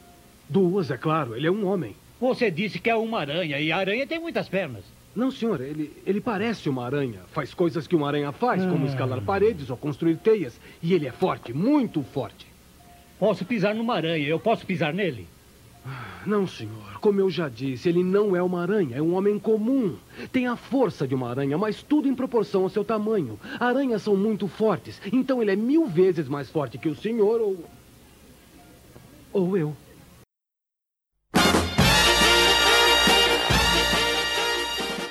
Speaker 1: Duas, é claro, ele é um homem.
Speaker 2: Você disse que é uma aranha e a aranha tem muitas pernas.
Speaker 1: Não, senhor, ele, ele parece uma aranha. Faz coisas que uma aranha faz, como
Speaker 2: Ah.
Speaker 1: escalar paredes ou construir teias. E ele é forte, muito forte.
Speaker 2: Posso pisar numa aranha, eu posso pisar nele?
Speaker 1: Não, senhor. Como eu já disse, ele não é uma aranha, é um homem comum. Tem a força de uma aranha, mas tudo em proporção ao seu tamanho. Aranhas são muito fortes, então ele é mil vezes mais forte que o senhor ou. ou eu.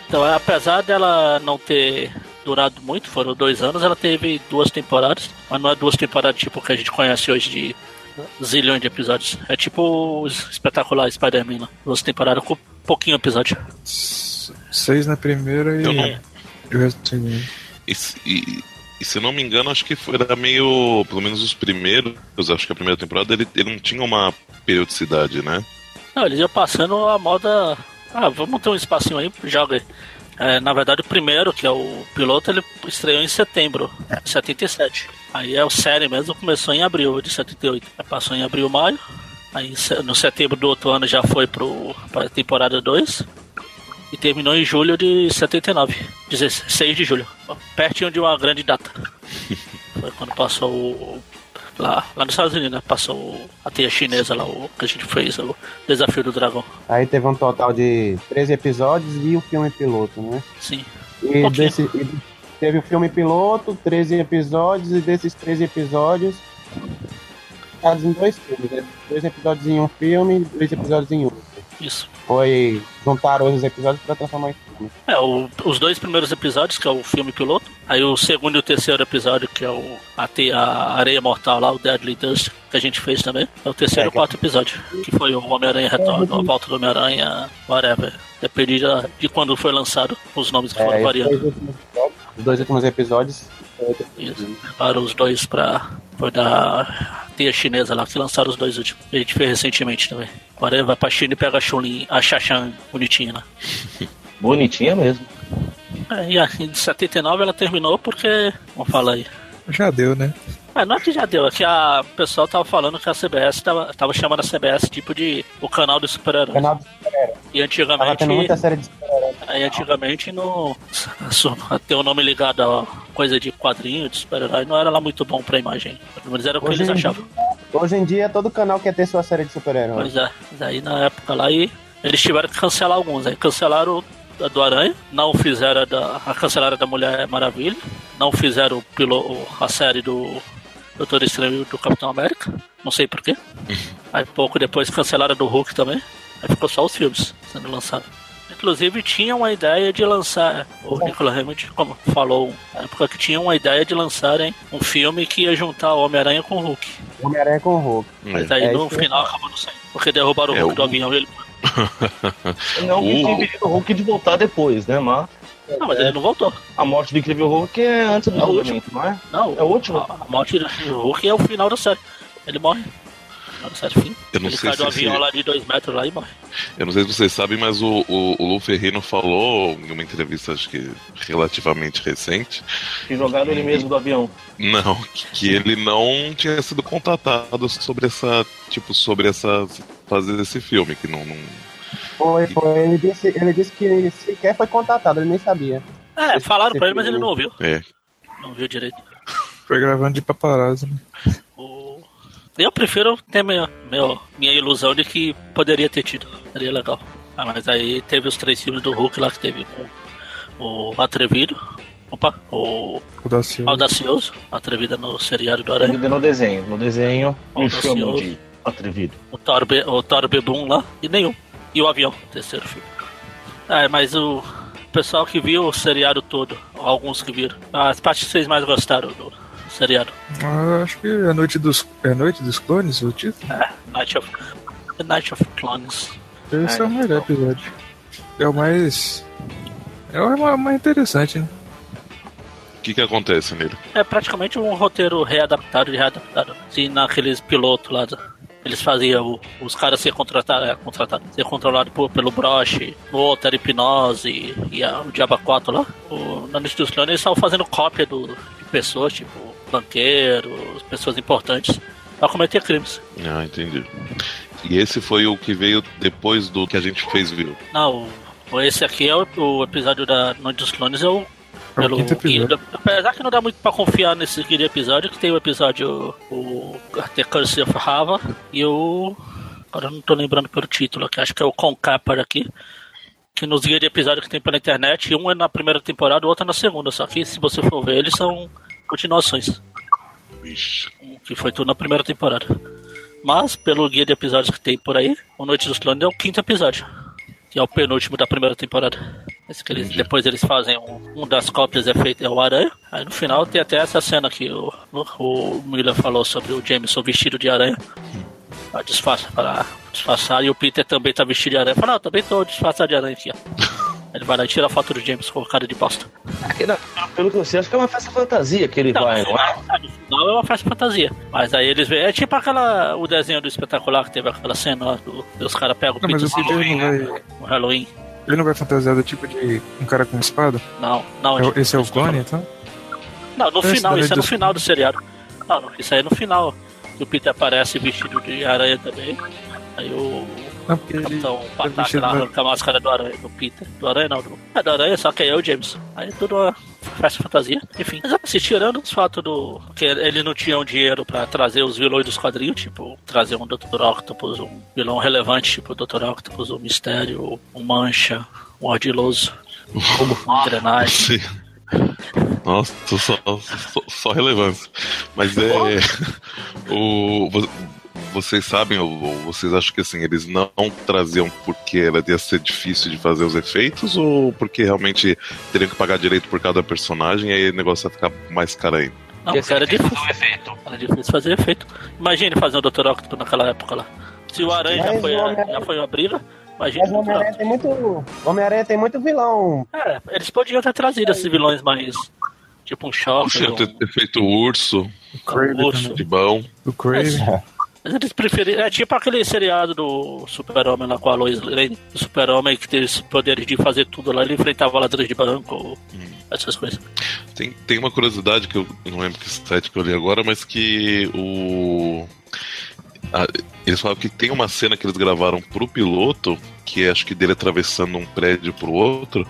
Speaker 8: Então, apesar dela não ter durado muito, foram dois anos, ela teve duas temporadas, mas não é duas temporadas tipo que a gente conhece hoje de zilhões de episódios. É tipo o espetacular Spider-Man, lá. duas temporadas com pouquinho episódio.
Speaker 11: Seis na primeira e.
Speaker 9: Eu não-
Speaker 11: e o resto na segunda.
Speaker 9: E, se- e- e se não me engano, acho que foi- era meio. Pelo menos os primeiros, acho que a primeira temporada, ele, ele não tinha uma periodicidade, né?
Speaker 8: Não, eles iam passando a moda. Ah, vamos ter um espacinho aí, joga aí. É, na verdade, o primeiro, que é o piloto, ele estreou em setembro de 77. Aí é o série mesmo, começou em abril de 78. Aí passou em abril, maio. Aí em se- no setembro do outro ano já foi para a temporada 2. E terminou em julho de 79, 16 de julho. Pertinho de uma grande data. Foi quando passou o- lá, lá nos Estados Unidos, né? Passou o- a teia chinesa lá, o que a gente fez, o Desafio do Dragão.
Speaker 12: Aí teve um total de 13 episódios e o filme piloto, né?
Speaker 8: Sim.
Speaker 12: E
Speaker 8: Ok.
Speaker 12: desse, e teve o filme piloto, 13 episódios, e desses 13 episódios, faz em dois filmes, né? Dois episódios em um filme, dois episódios em outro.
Speaker 8: Isso.
Speaker 12: Foi juntar os episódios pra transformar em filme.
Speaker 8: É, o- os dois primeiros episódios, que é o filme piloto, aí o segundo e o terceiro episódio, que é o a, teia, a Areia Mortal lá, o Deadly Dust, que a gente fez também, é o terceiro e o quarto episódio, que foi o Homem-Aranha Retorno, a Volta do Homem-Aranha, whatever. Depende da- de quando foi lançado, os nomes que foram
Speaker 12: É, esses
Speaker 8: variando.
Speaker 12: dois últimos episódios- os dois últimos episódios. é,
Speaker 8: Isso. Para os dois pra. Foi da teia chinesa lá que lançaram os dois últimos. A gente fez recentemente também. Agora ele vai pra China e pega a Chun-Lin, a Xaxan bonitinha lá.
Speaker 10: Bonitinha mesmo.
Speaker 8: É, e a, em 79 ela terminou porque. Vamos falar aí.
Speaker 11: Já deu, né?
Speaker 8: Ah, não é que já deu, é que a o pessoal tava falando que a CBS tava, tava chamando a CBS tipo de o canal dos super-heróis.
Speaker 12: Canal de super-herói.
Speaker 8: E
Speaker 12: Tava
Speaker 8: antigamente.
Speaker 12: tendo muita série de super-herói.
Speaker 8: Aí antigamente no su- ter o nome ligado a coisa de quadrinho, de super-herói, não era lá muito bom pra imagem. Pelo menos era o que
Speaker 12: Hoje
Speaker 8: eles
Speaker 12: em
Speaker 8: achavam.
Speaker 12: Hoje em dia, todo canal quer ter sua série de super-herói.
Speaker 8: Pois é, daí na época lá e eles tiveram que cancelar alguns. Aí cancelaram a do Aranha, não fizeram a da. A cancelaram a da Mulher Maravilha, não fizeram o pilo- a série do Doutor Estranho e do Capitão América, não sei porquê. Aí pouco depois cancelaram a do Hulk também. Aí ficou só os filmes sendo lançados. Inclusive tinha uma ideia de lançar, o Nicolas Hammond como falou na época que tinha uma ideia de lançarem um filme que ia juntar o Homem-Aranha com o Hulk.
Speaker 12: Homem-Aranha com o Hulk.
Speaker 8: Mas aí
Speaker 12: É,
Speaker 8: no
Speaker 12: isso
Speaker 8: final acabou não saindo. Porque derrubaram o
Speaker 9: É,
Speaker 8: Hulk
Speaker 9: o-
Speaker 8: do avião e ele.
Speaker 10: Não que tinha
Speaker 9: O-
Speaker 10: impedido o Hulk de voltar depois, né? Mas
Speaker 8: Não,
Speaker 12: é-
Speaker 8: mas ele não voltou.
Speaker 10: a morte do Incrível Hulk é antes do
Speaker 8: É o último.
Speaker 10: julgamento, não é?
Speaker 8: Não,
Speaker 10: É o último?
Speaker 8: a a morte do Hulk é o final da série. Ele morre. Final da série, fim.
Speaker 9: Eu não
Speaker 8: ele
Speaker 9: sei
Speaker 8: cai do
Speaker 9: se-
Speaker 8: avião lá de dois metros lá e morre.
Speaker 9: Eu não sei se vocês sabem, mas o, o, o Lu Ferrino falou em uma entrevista, acho que relativamente recente, (laughs)
Speaker 10: Que jogaram ele mesmo do avião.
Speaker 9: não, que, que ele não tinha sido contatado sobre essa, tipo, sobre essa fazer esse filme, que não, não
Speaker 12: Foi, foi. Ele disse, ele disse que sequer foi contatado, ele nem sabia.
Speaker 8: É,
Speaker 12: Esse-
Speaker 8: falaram pra
Speaker 12: esse
Speaker 8: ele, mas ele não ouviu.
Speaker 9: é.
Speaker 8: Não ouviu direito.
Speaker 11: Foi gravando de paparazzo, né?
Speaker 8: O- Eu prefiro ter minha, meu- minha ilusão de que poderia ter tido. Seria legal. Ah, mas aí teve os três filmes do Hulk lá que teve o, o Atrevido. Opa, Ah, o
Speaker 11: O da Silva.
Speaker 8: Audacioso, Atrevida no seriado do
Speaker 12: É.
Speaker 8: Aranha.
Speaker 10: Atrevido no desenho. No desenho, me
Speaker 8: Nossa
Speaker 10: chamam
Speaker 8: Senhora.
Speaker 10: de atrevido.
Speaker 8: o Thor, Be- o Thor Bebum lá e nenhum. E o avião, terceiro filme. É, mas o pessoal que viu o seriado todo, alguns que viram, as partes que vocês mais gostaram do seriado.
Speaker 11: Ah, acho que é a Noite dos, é a Noite dos Clones, o título.
Speaker 8: É, Night of, Night of Clones.
Speaker 11: Esse é o melhor episódio. É o mais. É o ma- mais interessante, né?
Speaker 9: O que que acontece nele?
Speaker 8: É praticamente um roteiro readaptado e readaptado. Assim, naqueles pilotos lá, eles faziam o- os caras ser contratados, é, contratado, ser controlado por, pelo broche, no outro era hipnose e a- o Diaba 4 lá. O, na Noite dos Clones eles estavam fazendo cópia do, de pessoas, tipo banqueiros, pessoas importantes, pra cometer crimes.
Speaker 9: Ah, entendi. E esse foi o que veio depois do que a gente fez viu.
Speaker 8: Não, o- esse aqui é o, o episódio da Noite dos Clones, é o.
Speaker 11: É o quinto episódio.
Speaker 8: guia- apesar que não dá muito pra confiar nesse guia de episódio, que tem o episódio o The Curse of Hava e o. Agora eu não tô lembrando pelo título aqui, acho que é o Concapar aqui. Que nos guia de episódio que tem pela internet, um é na primeira temporada, o outro é na segunda. Só que se você for ver, eles são continuações
Speaker 9: Vixe.
Speaker 8: que foi tudo na primeira temporada. Mas, pelo guia de episódios que tem por aí, o Noite dos Clones é o quinto episódio. Que é o penúltimo da primeira temporada. Esse que eles- depois eles fazem um, um das cópias é feito é o Aranha. Aí no final tem até essa cena que o, o Miller falou sobre o Jameson vestido de aranha. Ah, Disfarça para disfarçar. E o Peter também tá vestido de aranha. Fala, não, também tô disfarçado de aranha aqui, ó. Ele vai lá e tira a foto do Jameson com cara de bosta.
Speaker 10: Aquela- Pelo que eu sei, acho que é uma festa fantasia que ele
Speaker 8: Não,
Speaker 10: vai,
Speaker 8: no
Speaker 10: não é?
Speaker 8: final, sabe, no final é uma festa fantasia. Mas aí eles veem. É tipo aquela, o desenho do espetacular que teve aquela cena lá do, dos caras pegam o
Speaker 11: Não, mas
Speaker 8: Peter
Speaker 11: o Peter
Speaker 8: Silver
Speaker 11: não vai.
Speaker 8: no Halloween.
Speaker 11: Ele não vai fantasiado tipo de um cara com espada?
Speaker 8: Não, não. tipo,
Speaker 11: É o-
Speaker 8: gente,
Speaker 11: Esse é o
Speaker 8: isso que eu tô
Speaker 11: clone, então?
Speaker 8: falando. Não, no
Speaker 11: Esse
Speaker 8: final,
Speaker 11: daí
Speaker 8: isso é no
Speaker 11: dos-
Speaker 8: final do seriado. Não, não, isso aí é no final. Que o Peter aparece vestido de aranha também. Aí o
Speaker 11: Não, porque ele. tá
Speaker 8: Capitão Pataca
Speaker 11: vestido
Speaker 8: lá
Speaker 11: de-
Speaker 8: arranca a máscara do aranha, do Peter. Do aranha não, do... É do aranha, só que aí é o Jameson. Aí é tudo uma festa fantasia. Enfim, mas assim, tirando os fatos do... Que eles não tinham dinheiro pra trazer os vilões dos quadrinhos, tipo, trazer um Dr. Octopus, um vilão relevante, tipo o Dr. Octopus, o Mistério, o Mancha, um o Ardiloso, o Engrenagem.
Speaker 9: Sim. Nossa, só, só, só relevância. Mas é. O, vo- vocês sabem, ou ou vocês acham que assim, eles não traziam porque ela ia ser difícil de fazer os efeitos, ou porque realmente teriam que pagar direito por cada personagem e aí o negócio ia ficar mais caro ainda?
Speaker 8: Não, porque
Speaker 12: é
Speaker 8: era difícil. Era difícil fazer efeito. Imagine fazer um Dr. Octopus naquela época lá. Se o aranha já
Speaker 12: Mas
Speaker 8: foi,
Speaker 12: o
Speaker 8: a-
Speaker 12: Homem-Aranha-
Speaker 8: já foi uma briga, imagina
Speaker 12: Mas o é
Speaker 8: o Dr.
Speaker 12: Homem-Aranha
Speaker 8: Octopus.
Speaker 12: tem muito. o Homem-Aranha tem muito vilão.
Speaker 8: É, eles podiam ter trazido esses vilões mais. Tipo um choque,
Speaker 9: Poxa,
Speaker 8: um,
Speaker 9: ter, ter feito o urso
Speaker 8: um urso.
Speaker 9: de bom.
Speaker 11: O Craven.
Speaker 8: Mas eles preferiram. É tipo aquele seriado do Super-Homem lá com a Lois Lane. O Super-Homem que teve esse poder de fazer tudo lá, ele enfrentava ladrões de banco, essas coisas.
Speaker 9: Tem, tem uma curiosidade que eu não lembro que site que eu li agora, mas que o. a- eles falaram que tem uma cena que eles gravaram pro piloto, que é, acho que dele atravessando um prédio pro outro,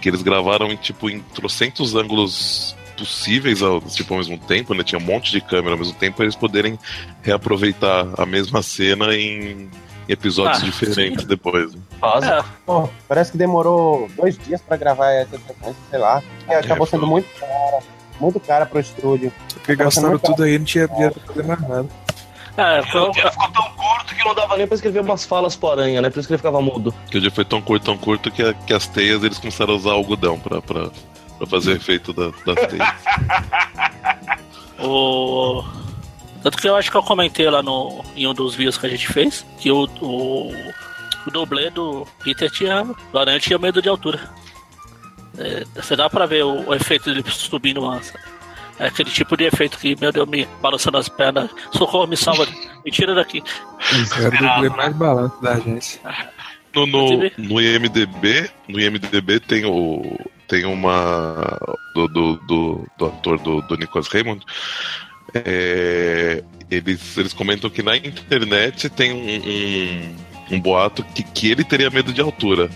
Speaker 9: que eles gravaram em tipo em trocentos ângulos possíveis ao, tipo, ao mesmo tempo, né? Tinha um monte de câmera ao mesmo tempo, pra eles poderem reaproveitar a mesma cena em, em episódios
Speaker 12: Ah,
Speaker 9: diferentes
Speaker 12: sim.
Speaker 9: depois. né?
Speaker 12: É,
Speaker 8: É,
Speaker 12: Pô, parece que demorou dois dias pra gravar essa sequência, sei lá. E acabou sendo muito cara, muito cara pro estúdio.
Speaker 11: Porque gastaram tudo aí, não tinha dinheiro pra fazer mais nada.
Speaker 8: É,
Speaker 9: Então,
Speaker 10: ficou tão curto que não dava nem pra escrever umas falas pro aranha, né? Por isso que ele ficava mudo.
Speaker 9: Que o dia foi tão curto, tão curto que, a- que as teias eles começaram a usar algodão pra, pra, pra fazer o efeito da, das teias.
Speaker 8: O... Tanto que eu acho que eu comentei lá no, em um dos vídeos que a gente fez que o, o, o dublê do Peter tinha. Do Aranha tinha medo de altura. É, você dá pra ver o, o efeito dele subindo uma. É aquele tipo de efeito que, meu Deus, me balançando as pernas. Socorro, me salva. Me tira daqui.
Speaker 11: Era o dublê mais barato da agência.
Speaker 9: No, no, no IMDB, no IMDB tem o. Tem uma. Do, do, do, do ator do, do Nicholas Raymond. É, eles, eles comentam que na internet tem um, um, um boato que, que ele teria medo de altura.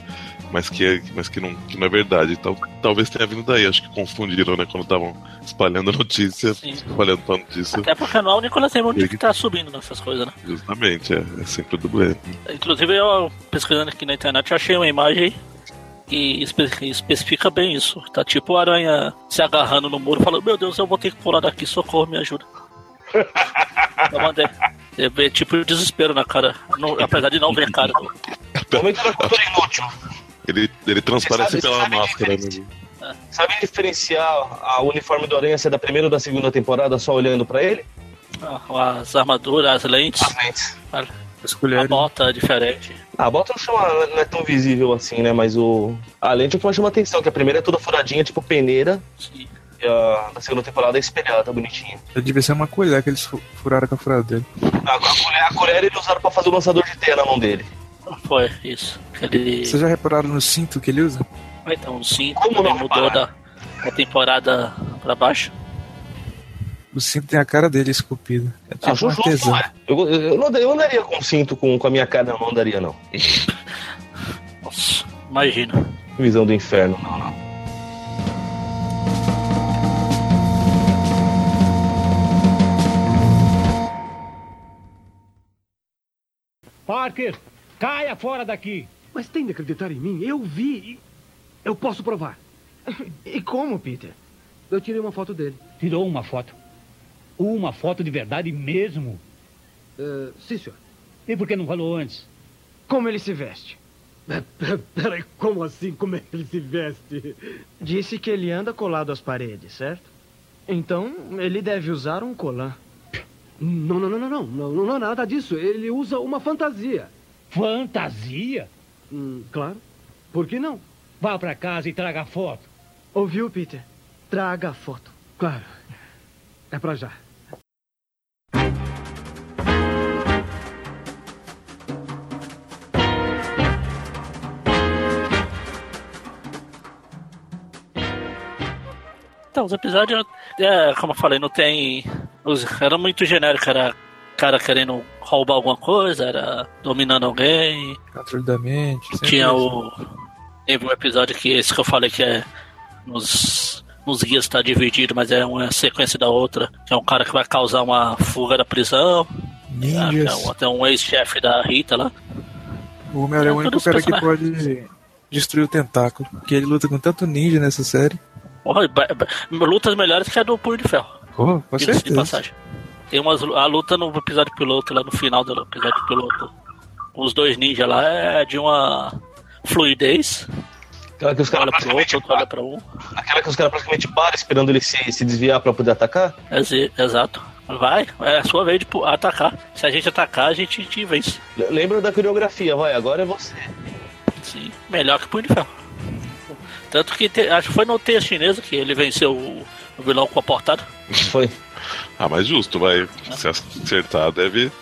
Speaker 9: Mas que, é- mas que, não, que não é verdade. Tal, talvez tenha vindo daí. Acho que confundiram, né? Quando estavam espalhando (laughs) a notícia. Espalhando a notícia.
Speaker 8: Até porque não é o Nicolas Raymond que tá subindo nessas coisas, né?
Speaker 9: Justamente, é, é sempre o dublê.
Speaker 8: Inclusive, eu pesquisando aqui na internet, eu achei uma imagem que espe- que especifica bem isso. Tá tipo a aranha se agarrando no muro, falando: Meu Deus, eu vou ter que pular daqui, socorro, me ajuda. Eu mandei. Você vê, tipo o desespero na cara, não- apesar de não ver a cara.
Speaker 10: é
Speaker 9: Ele, ele transparece
Speaker 10: Você sabe-
Speaker 9: pela
Speaker 10: sabe
Speaker 9: máscara. né?
Speaker 10: Sabe diferenciar a uniforme do aranha se é da primeira ou da segunda temporada só olhando pra ele?
Speaker 8: Ah, As armaduras, as lentes. As
Speaker 10: lentes.
Speaker 8: A bota diferente.
Speaker 10: Ah, a bota não, chama- não é tão visível assim, né? Mas o. A lente é o que mais chama atenção, que a primeira é toda furadinha, tipo peneira. E a da segunda temporada é espelhada, bonitinha.
Speaker 11: Devia ser uma colher que eles fu- furaram com a furadeira.
Speaker 10: A, a colher, a colher eles usaram pra fazer o lançador de teia na mão dele.
Speaker 8: Foi, isso. Ele...
Speaker 11: Vocês já repararam no cinto que ele usa?
Speaker 8: Ah, Então, sim, também mudou da, da temporada pra baixo.
Speaker 11: O cinto tem a cara dele esculpida. É tipo um artesão.
Speaker 10: Eu, eu, eu Ah, não andaria- eu andaria com cinto com, com a minha cara, não andaria, não.
Speaker 8: Nossa, imagina.
Speaker 10: Visão do inferno, não, não.
Speaker 2: Parker, caia fora daqui.
Speaker 1: Mas tem de acreditar Tá em mim. Eu vi e eu posso provar.
Speaker 5: E como, Peter?
Speaker 1: Eu tirei uma foto dele.
Speaker 2: Tirou uma foto. Uma foto de verdade mesmo.
Speaker 1: É, sim, senhor.
Speaker 2: E por que não falou antes?
Speaker 5: Como ele se veste?
Speaker 1: É, Peraí, como assim? Como é que ele se veste?
Speaker 5: Disse que ele anda colado às paredes, certo? Então, ele deve usar um colar.
Speaker 1: Não, não, não, não, não, não, não, não é nada disso. Ele usa uma fantasia. Hum,
Speaker 2: Fantasia?
Speaker 1: claro. Por que não?
Speaker 2: Vá pra casa e traga a foto.
Speaker 5: Ouviu, Peter? Traga a foto.
Speaker 1: Claro. É pra já.
Speaker 8: Então, os episódios, é, como eu falei, não tem. os- era muito genérico, era cara querendo roubar alguma coisa, era dominando alguém.
Speaker 11: Controle da mente. sempre
Speaker 8: Tinha
Speaker 11: isso.
Speaker 8: o. Teve um episódio que esse que eu falei que é. Nos, nos guias tá dividido, mas é uma sequência da outra. Que é um cara que vai causar uma fuga da prisão.
Speaker 11: Ninjas.
Speaker 8: Até um, até um ex-chefe da Rita lá.
Speaker 11: O Homem-Aranha é o único
Speaker 8: todos os
Speaker 11: cara que
Speaker 8: personagens.
Speaker 11: pode destruir o tentáculo. Porque ele luta com tanto ninja nessa série.
Speaker 8: Olha, ba- ba- lutas melhores que a do Punho de Ferro.
Speaker 11: Pô, com
Speaker 8: Diga-se de
Speaker 11: certeza.
Speaker 8: passagem. Tem umas, lu- a luta no episódio piloto, lá no final do episódio piloto. com Os dois ninjas lá é de uma fluidez.
Speaker 10: Aquela que os caras
Speaker 8: olha pro outro, outro olha pra um.
Speaker 10: Aquela que os caras praticamente param esperando ele se, se desviar pra poder atacar?
Speaker 8: Exe- É Exato. Vai, é a sua vez de pu- atacar. Se a gente atacar, a gente te vence.
Speaker 10: L- Lembra da coreografia, vai, agora é você.
Speaker 8: Sim, melhor que Punho de Ferro. Tanto que te- acho que foi no texto chinesa que ele venceu o, o vilão com a portada.
Speaker 10: Foi.
Speaker 9: Ah, mas justo,
Speaker 8: Né?
Speaker 9: vai. Se acertar, deve.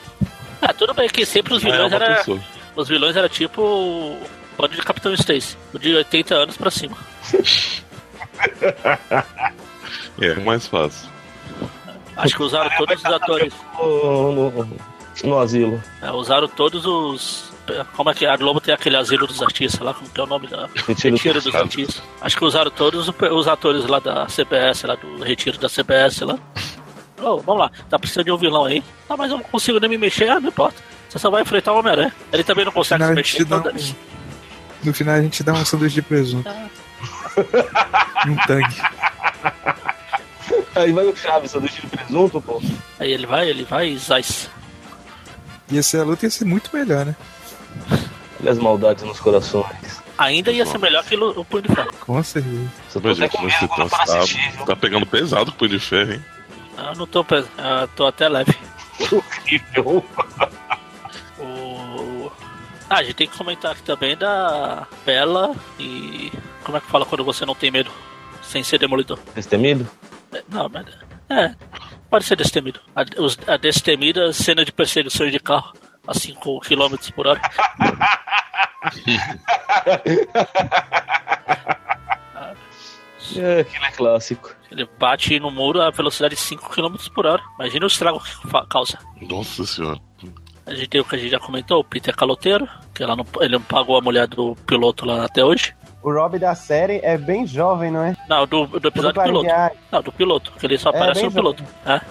Speaker 8: Ah, tudo bem que sempre os
Speaker 9: Não,
Speaker 8: vilões
Speaker 9: é uma
Speaker 8: era
Speaker 9: pessoa.
Speaker 8: Os vilões era tipo o bando de Capitão Stacy, o de 80 anos pra cima.
Speaker 9: É mais fácil.
Speaker 8: Acho que usaram todos os atores.
Speaker 10: No, no- no asilo.
Speaker 8: É, usaram todos os. Como é que é? a Globo tem aquele asilo dos artistas lá? Como que é o nome da.
Speaker 10: Retiro dos
Speaker 8: Retiro dos artistas. Acho que usaram todos os atores lá da CBS, lá do Retiro da CBS lá. Ô, vamos lá, tá precisando de um vilão aí. Ah, mas eu não consigo nem me mexer, ah, não importa. Você só vai enfrentar o Homem-Aranha. Ele também não consegue
Speaker 11: Não,
Speaker 8: se
Speaker 11: a
Speaker 8: mexer.
Speaker 11: gente não-
Speaker 8: então dane-se.
Speaker 11: No final a gente dá um sanduíche de presunto. e um tanque.
Speaker 10: Aí vai o Chaves, sanduíche de presunto, pô.
Speaker 8: Aí ele vai, ele vai e zaz.
Speaker 11: Ia ser a luta ia ser muito melhor, né?
Speaker 10: Olha as maldades nos corações.
Speaker 8: Ainda ia ser melhor que o Punho de Ferro.
Speaker 11: Com certeza.
Speaker 9: Mas, gente, mas você tá, tá, tá pegando pesado com o punho de ferro, hein?
Speaker 8: Ah, não tô pes... ah, tô até leve.
Speaker 10: Horrível.
Speaker 8: o... Ah, a gente tem que comentar aqui também da Bela e. Como é que fala quando você não tem medo? Sem ser demolidor.
Speaker 10: Destemido?
Speaker 8: É, Não, mas. É, pode ser destemido. A, os- a destemida cena de perseguições de carro a 5 km por hora.
Speaker 10: É, aquilo é clássico.
Speaker 8: Ele bate no muro a velocidade de 5 km por hora. Imagina o estrago que fa- causa.
Speaker 9: Nossa senhora.
Speaker 8: A gente tem o que a gente já comentou, o Peter é Caloteiro, que ela não, ele não pagou a mulher do piloto lá até hoje.
Speaker 12: O Rob da série é bem jovem, não é?
Speaker 8: Não, do, do episódio
Speaker 12: Do
Speaker 8: piloto.
Speaker 12: Clarim.
Speaker 8: Não, do piloto, que ele só aparece
Speaker 12: bem
Speaker 8: no piloto. né?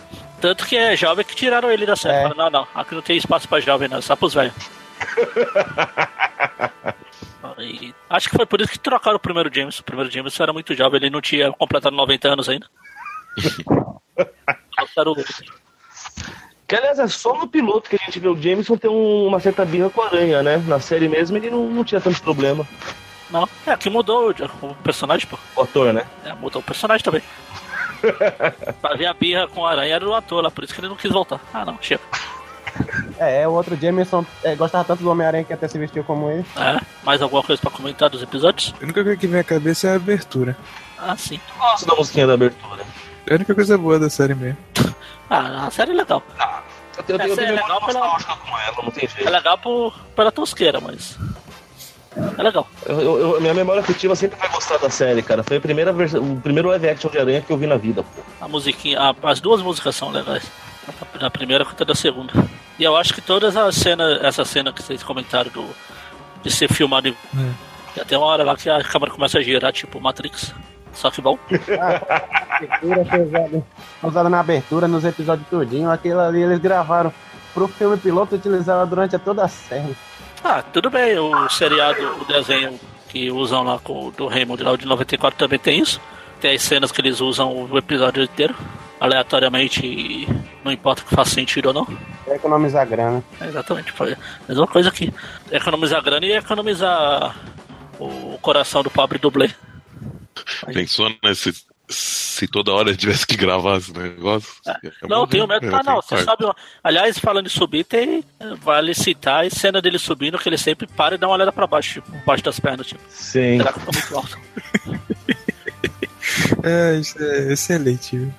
Speaker 8: Tanto que é jovem que tiraram ele da série. Falaram, não, não, aqui não tem espaço pra jovem, não, é só pros velhos. E acho que foi por isso que trocaram o primeiro James. O primeiro James era muito jovem, ele não tinha completado 90 anos ainda. Trocaram o-
Speaker 10: Que aliás é só no piloto que a gente vê o Jameson ter um- uma certa birra com a aranha, né? Na série mesmo ele não, não tinha tanto problema.
Speaker 8: Não, é que mudou o- o personagem, pô.
Speaker 10: O ator, né?
Speaker 8: É, mudou o personagem também. pra ver a birra com a aranha era o ator lá, por isso que ele não quis voltar. Ah, não, chega.
Speaker 12: É, é, o outro Jameson é, gostava tanto do Homem-Aranha que até se vestiu como ele.
Speaker 8: É, mais alguma coisa pra comentar dos episódios?
Speaker 11: A única coisa que vem à cabeça é a abertura.
Speaker 8: Ah, sim.
Speaker 10: Gosto da musiquinha da abertura.
Speaker 11: É a única coisa boa da série mesmo.
Speaker 8: Ah, a série é legal.
Speaker 10: Tá. Eu tenho,
Speaker 8: Essa
Speaker 10: eu tenho
Speaker 8: é
Speaker 10: memória
Speaker 8: legal pela-
Speaker 10: nostálgica com ela, não tem
Speaker 8: É
Speaker 10: jeito.
Speaker 8: legal por, pela tosqueira, mas. É legal.
Speaker 10: Eu- eu- eu- minha memória afetiva sempre vai gostar da série, cara. Foi a primeira vers... o primeiro live action de aranha que eu vi na vida, pô.
Speaker 8: A musiquinha. a- as duas músicas são legais. Tanto Da primeira quanto da segunda. E eu acho que todas as cenas. Essa cena que vocês comentaram do. De ser filmado. em- Tem até uma hora lá que a câmera começa a girar, tipo Matrix. Só que bom.
Speaker 12: Abertura foi usada- usada na abertura, nos episódios tudinho. Aquilo ali eles gravaram pro filme piloto e utilizaram durante toda a série.
Speaker 8: Ah, tudo bem, o seriado, o desenho que usam lá com, do Raymond lá o de 94 também tem isso. Tem as cenas que eles usam o episódio inteiro, aleatoriamente, e não importa que faça sentido ou não.
Speaker 12: Pra economizar grana.
Speaker 8: É exatamente, foi a mesma coisa que economizar grana e economizar o coração do pobre dublê.
Speaker 9: Pensou, né? Se, se toda hora tivesse que gravar esse negócio. É
Speaker 8: não,
Speaker 9: bom,
Speaker 8: tem o
Speaker 9: né?
Speaker 8: método.
Speaker 9: É,
Speaker 8: Ah, não,
Speaker 9: tem
Speaker 8: você
Speaker 9: parte.
Speaker 8: sabe. Aliás, falando em subir, tem. Vale citar a cena dele subindo, que ele sempre para e dá uma olhada pra baixo, tipo, embaixo das pernas, tipo.
Speaker 10: Sim.
Speaker 8: Será que eu tô muito alto?
Speaker 11: É, isso é excelente, viu?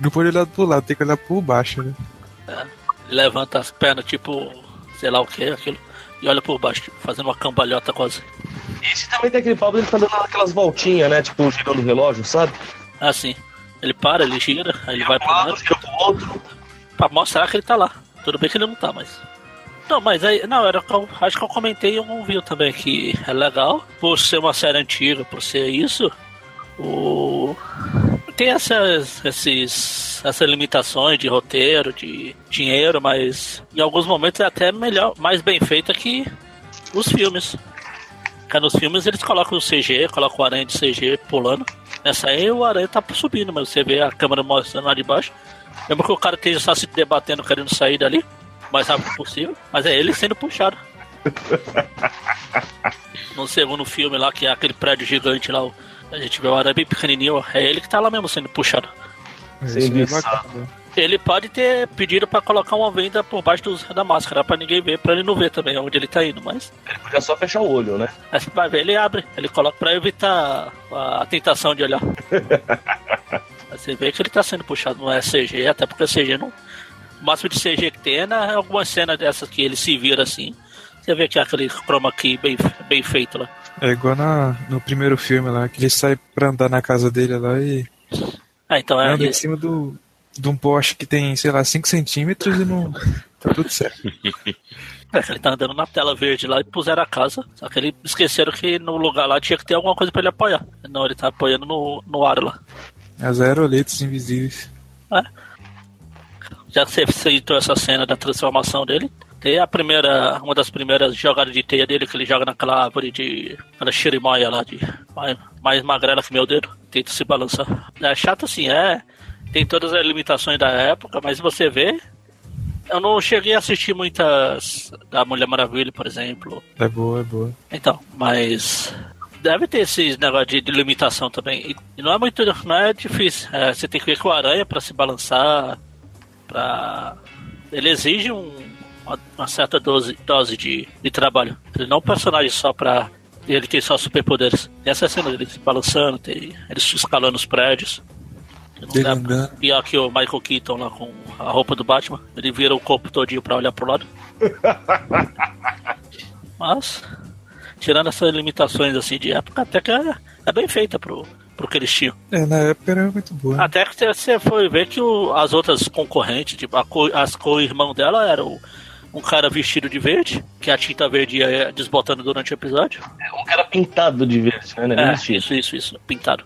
Speaker 11: Não pode olhar pro lado, tem que olhar por baixo, né?
Speaker 8: É, levanta as pernas, tipo, sei lá o que, aquilo, e olha por baixo, tipo, fazendo uma cambalhota quase.
Speaker 10: Esse também tem aquele papo dele tá dando aquelas voltinhas, né? Tipo, girando o relógio, sabe?
Speaker 8: Assim. Ele para, ele gira, aí ele vai pro lado,
Speaker 10: gira pro outro.
Speaker 8: Pra mostrar que ele tá lá. Tudo bem que ele não tá, mas. Não, mas aí. Não, era, o que eu- acho que eu comentei em algum vídeo também que é legal. Por ser uma série antiga, por ser isso, o. Tem essas, esses, essas limitações de roteiro, de dinheiro, mas em alguns momentos é até melhor, mais bem feita que os filmes. Porque nos filmes eles colocam o CG, colocam o aranha de CG pulando. Nessa aí o aranha tá subindo, mas você vê a câmera mostrando lá de baixo. Lembra que o cara esteja só se debatendo, querendo sair dali, o mais rápido possível, mas é ele sendo puxado. No segundo filme lá, que é aquele prédio gigante lá, o- a gente vê o aranha bem pequenininho, é ele que tá lá mesmo sendo puxado.
Speaker 11: Isso é bacana.
Speaker 8: Ele pode ter pedido pra colocar uma venda por baixo dos- da máscara pra ninguém ver, pra ele não ver também onde ele tá indo, mas.
Speaker 10: Ele podia tipo, só fechar o olho, né?
Speaker 8: Aí você vai ver, ele abre, ele coloca pra evitar a tentação de olhar. Aí você vê que ele tá sendo puxado, não é CG, até porque CG não. O máximo de CG que tem é na algumas cenas dessas que ele se vira assim. Você vê que é aquele chroma key bem, bem feito lá.
Speaker 11: É igual na, no primeiro filme lá, que ele sai pra andar na casa dele lá e.
Speaker 8: Ah, então é.
Speaker 11: anda em cima do, de um poste que tem, sei lá, 5 centímetros e não. tá tudo certo.
Speaker 8: É, que ele tá andando na tela verde lá e puseram a casa. Só que eles esqueceram que no lugar lá tinha que ter alguma coisa pra ele apoiar. Não, ele tá apoiando no, no ar lá.
Speaker 11: As aeroletas É invisíveis.
Speaker 8: né? Já que você citou essa cena da transformação dele, tem a primeira, uma das primeiras jogadas de teia dele que ele joga naquela árvore de. aquela xirimoia lá, de mais, mais magrela que meu dedo, tenta se balançar. É chato assim, é. Tem todas as limitações da época, mas você vê. Eu não cheguei a assistir muitas da Mulher Maravilha, por exemplo.
Speaker 11: É boa, é boa.
Speaker 8: Então, mas deve ter esses negócio de, de limitação também. E- E não é muito, não é difícil. É, você tem que ver com a aranha para se balançar, para ele exige um- uma, uma certa dose, dose de, de trabalho. Ele não é um personagem só para ele tem só superpoderes. Tem essa cena dele se balançando, tem ele escalando os prédios.
Speaker 11: Ele andando.
Speaker 8: Pior que o Michael Keaton lá com a roupa do Batman, ele vira o corpo todinho pra olhar pro lado. Mas, tirando essas limitações assim de época, até que é, é bem feita pro, pro que eles tinham.
Speaker 11: É, na época era muito boa. né?
Speaker 8: Até que você foi ver que o- as outras concorrentes, tipo, a co, as co-irmão dela era o- um cara vestido de verde, que a tinta verde ia desbotando durante o episódio.
Speaker 10: Um cara pintado de verde, né?
Speaker 8: É,
Speaker 10: né?
Speaker 8: isso, isso, isso. Pintado.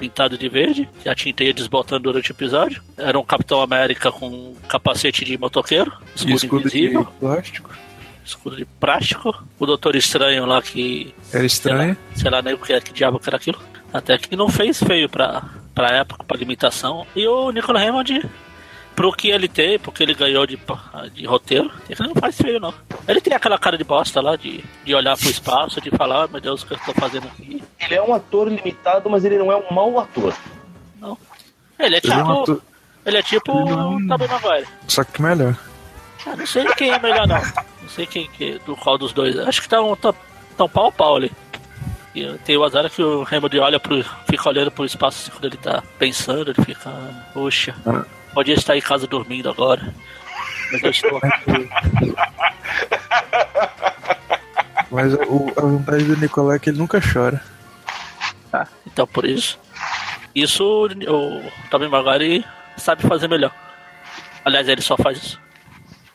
Speaker 8: Pintado de verde, que a tinta ia desbotando durante o episódio. Era um Capitão América com um capacete de motoqueiro, escudo,
Speaker 11: E escudo de
Speaker 8: invisível,
Speaker 11: plástico.
Speaker 8: escudo de plástico. O Doutor Estranho lá que.
Speaker 11: Era estranho.
Speaker 8: Sei lá nem o que, é- que diabo que era aquilo. Até que não fez feio pra, pra época, pra limitação. E o Nicolas Hammond, pro que ele tem, porque ele ganhou de, pa- de roteiro, ele não faz feio, não. Ele tem aquela cara de bosta lá, de, de olhar pro espaço, de falar, "Ai, meu Deus, o que eu tô fazendo aqui?
Speaker 10: Ele é um ator limitado, mas ele não é um mau ator.
Speaker 8: Ele é
Speaker 10: Ele é um
Speaker 8: tipo.
Speaker 10: ator-
Speaker 8: Ele é tipo o Tobey Maguire.
Speaker 11: Só que melhor.
Speaker 8: Ah, não sei quem é melhor, não. Não sei quem que, do qual dos dois. Acho que tá um, tá, tá um pau a pau ali. E tem o azar é que o Raymond olha pro, fica olhando pro espaço assim, quando ele tá pensando, ele fica. "Ah, Poxa, podia estar em casa dormindo agora. Mas eu estou aqui.
Speaker 11: Mas o- a vontade do Nicolau é que ele nunca chora.
Speaker 8: Ah, então por isso. Isso o, o Tobey Maguire sabe fazer melhor. Aliás, ele só faz isso.
Speaker 10: (laughs)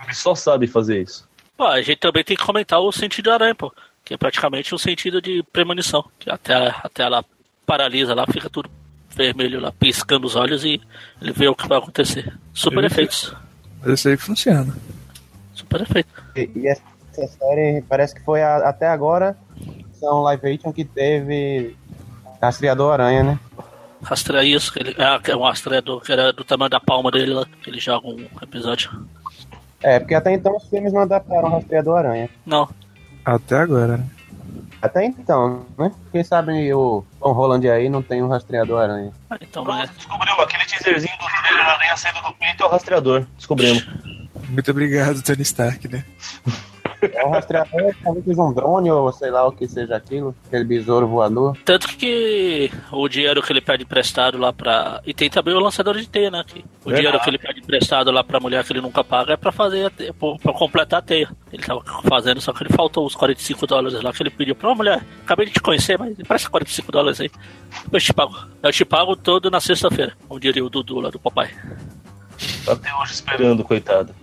Speaker 10: Ele só sabe fazer isso.
Speaker 8: Pô, a gente também tem que comentar o sentido da aranha, pô. Que é praticamente um sentido de premonição. Que até, até ela paralisa lá, fica tudo vermelho lá, piscando os olhos e ele vê o que vai acontecer. Super
Speaker 11: Eu vi.
Speaker 8: efeitos.
Speaker 11: Mas isso aí funciona.
Speaker 8: Super efeito.
Speaker 12: E, e essa série parece que foi a- até agora são live action que teve Rastreador Aranha, né?
Speaker 8: Rastreia isso, que ele, ah, que é um rastreador que era do tamanho da palma dele lá, que ele joga um episódio.
Speaker 12: É, porque até então os filmes não adaptaram Rastreador Aranha.
Speaker 8: Não.
Speaker 11: Até agora, né?
Speaker 12: Até então, né? Quem sabe o Tom Holland aí não tem um Rastreador Aranha.
Speaker 8: Então, mas...
Speaker 10: Descobriu aquele teaserzinho do trailer da aranha saindo do peito é o rastreador. Descobrimos.
Speaker 11: Muito obrigado, Tony Stark, né?
Speaker 12: É um Rastreador, talvez um drone ou sei lá o que seja aquilo, aquele besouro voador.
Speaker 8: Tanto que o dinheiro que ele pede emprestado lá pra. E tem também o lançador de teia, né? que o
Speaker 10: Verdade.
Speaker 8: dinheiro que ele pede emprestado lá pra mulher que ele nunca paga é pra fazer a teia, pô, pra completar a teia. Ele tava fazendo, só que ele faltou os 45 dólares lá que ele pediu pra "Ô, mulher. Acabei de te conhecer, mas presta 45 dólares aí. Eu te pago. Eu te pago todo na sexta-feira. Como diria o Dudu lá do papai.
Speaker 10: Até hoje esperando, coitado.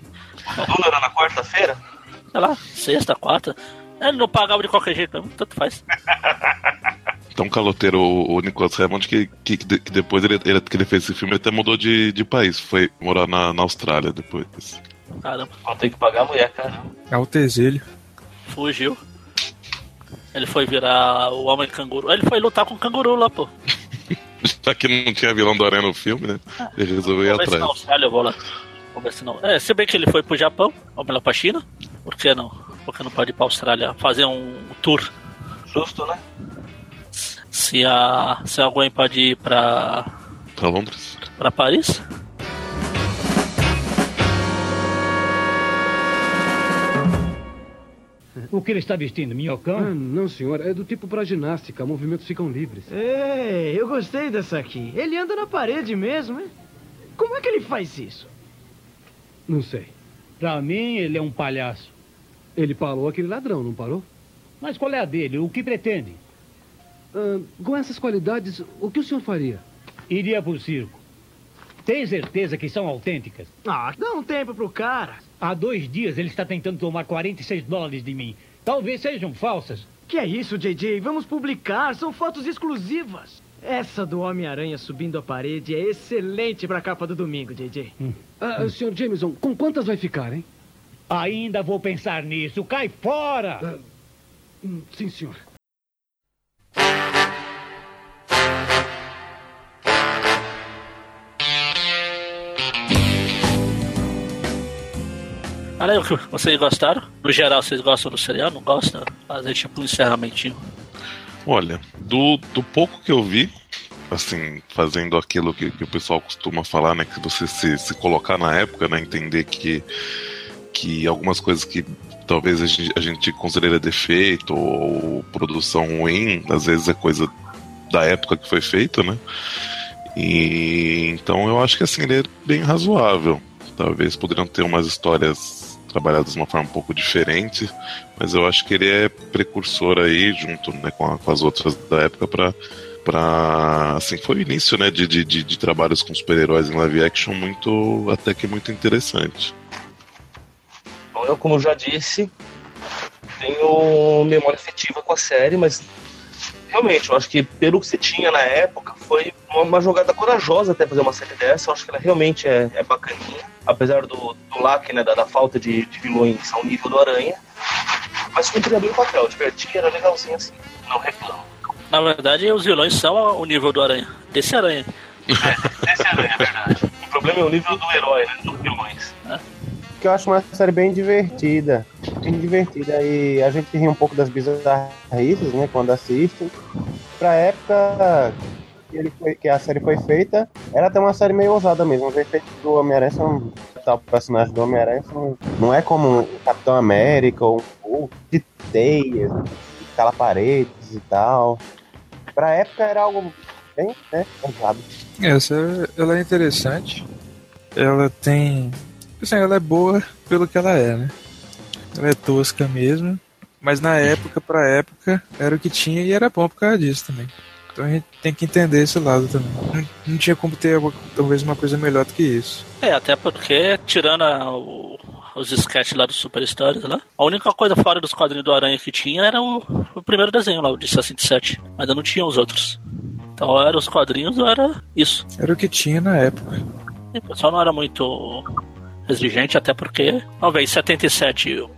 Speaker 10: O dólar era na quarta-feira?
Speaker 8: Sei lá, sexta, quarta. Ele não pagava de qualquer jeito mesmo, tanto faz.
Speaker 9: Tão Então, caloteiro o, o Nicolas Hammond que, que, que de- que depois ele, ele- que ele fez esse filme ele até mudou de, de país. Foi morar na, na Austrália depois. (laughs)
Speaker 8: Caramba.
Speaker 10: Tem que pagar a mulher, cara.
Speaker 11: Alto exílio.
Speaker 8: Fugiu. Ele foi virar o homem canguru. Ele foi lutar com o canguru lá, pô.
Speaker 9: Já que não tinha vilão do Aranha no filme, né?
Speaker 8: É.
Speaker 9: Ele resolveu ir
Speaker 8: Vamos ver se na
Speaker 9: atrás.
Speaker 8: Austrália eu vou lá. Vamos ver se não. É, se bem que ele foi pro Japão, ou melhor, pra China. Por que não? Por que não pode ir pra Austrália fazer um tour?
Speaker 10: Justo, né?
Speaker 8: Se, a, se alguém pode ir pra,
Speaker 9: Pra Londres.
Speaker 8: pra Paris?
Speaker 2: O que ele está vestindo? Minhocão?
Speaker 1: Ah, não, senhor. É do tipo pra ginástica. Movimentos ficam livres.
Speaker 5: Ei, eu gostei dessa aqui. Ele anda na parede mesmo, hein? Como é que ele faz isso?
Speaker 1: Não sei.
Speaker 2: Pra mim, ele é um palhaço.
Speaker 1: Ele parou aquele ladrão, não parou?
Speaker 2: Mas qual é a dele? O que pretende?
Speaker 1: Ah, com essas qualidades, o que o senhor faria?
Speaker 2: Iria pro circo. Tem certeza que são autênticas?
Speaker 5: Ah, dá um tempo pro cara.
Speaker 2: Há dois dias ele está tentando tomar 46 dólares de mim. Talvez sejam falsas.
Speaker 5: Que é isso, JJ? Vamos publicar, são fotos exclusivas. Essa do Homem-Aranha subindo a parede é excelente pra capa do domingo, JJ.
Speaker 1: Ah, senhor Jameson, com quantas vai ficar, hein?
Speaker 2: Ainda vou pensar nisso. Cai fora!
Speaker 1: Ah, Hum, Sim, senhor.
Speaker 8: Olha aí, o que vocês gostaram? No geral, vocês gostam do serial? Não gostam? Fazer tipo um encerramentinho.
Speaker 9: Olha, do, do pouco que eu vi, assim, fazendo aquilo que, que o pessoal costuma falar, né? Que você se, se colocar na época, né? Entender que, que algumas coisas que talvez a gente, a gente considera defeito ou produção ruim, às vezes é coisa da época que foi feita, né? E então eu acho que assim, ele é bem razoável. Talvez poderiam ter umas histórias trabalhadas de uma forma um pouco diferente, mas eu acho que ele é precursor aí, junto né, com, a- com as outras da época, para para assim foi o início né de, de, de, de trabalhos com super-heróis em live action muito até que muito interessante
Speaker 10: Bom, Então, eu, como já disse, tenho memória afetiva com a série, mas realmente, eu acho que pelo que se tinha na época, foi uma, uma jogada corajosa até fazer uma série dessa. Eu acho que ela realmente é, é bacaninha, apesar do, do lac, né, da, da falta de, de vilões ao nível do Aranha. Mas cumpria bem o papel, divertia, era legalzinho assim, não reclamo.
Speaker 8: Na verdade, os vilões são o nível do aranha. Desse aranha.
Speaker 10: é O problema é o nível do herói, né, dos vilões. né?
Speaker 12: que eu acho uma série bem divertida. Bem divertida. E a gente ri um pouco das bizarrices, né? Quando assiste. Pra época que, ele foi- que a série foi feita, era até uma série meio ousada mesmo. Os efeitos do Homem-Aranha são. Tal personagem do Homem-Aranha são- não é como o Capitão América ou ou de teias, cala paredes e tal. Pra época era algo bem né, ousado.
Speaker 11: Essa ela é interessante. Ela tem. Assim, ela é boa pelo que ela é, né? Ela é tosca mesmo. Mas na época, pra época, era o que tinha e era bom por causa disso também. Então a gente tem que entender esse lado também. Não, não tinha como ter alguma- talvez uma coisa melhor do que isso.
Speaker 8: É, até porque, tirando a- o- os sketches lá do Super Stories lá, a única coisa fora dos quadrinhos do Aranha que tinha era o, o primeiro desenho lá, o de 67. Ainda não tinha os outros. Então, ou era os quadrinhos ou era isso.
Speaker 11: Era o que tinha na época.
Speaker 8: E O pessoal não era muito exigente, até porque, talvez, 77 o-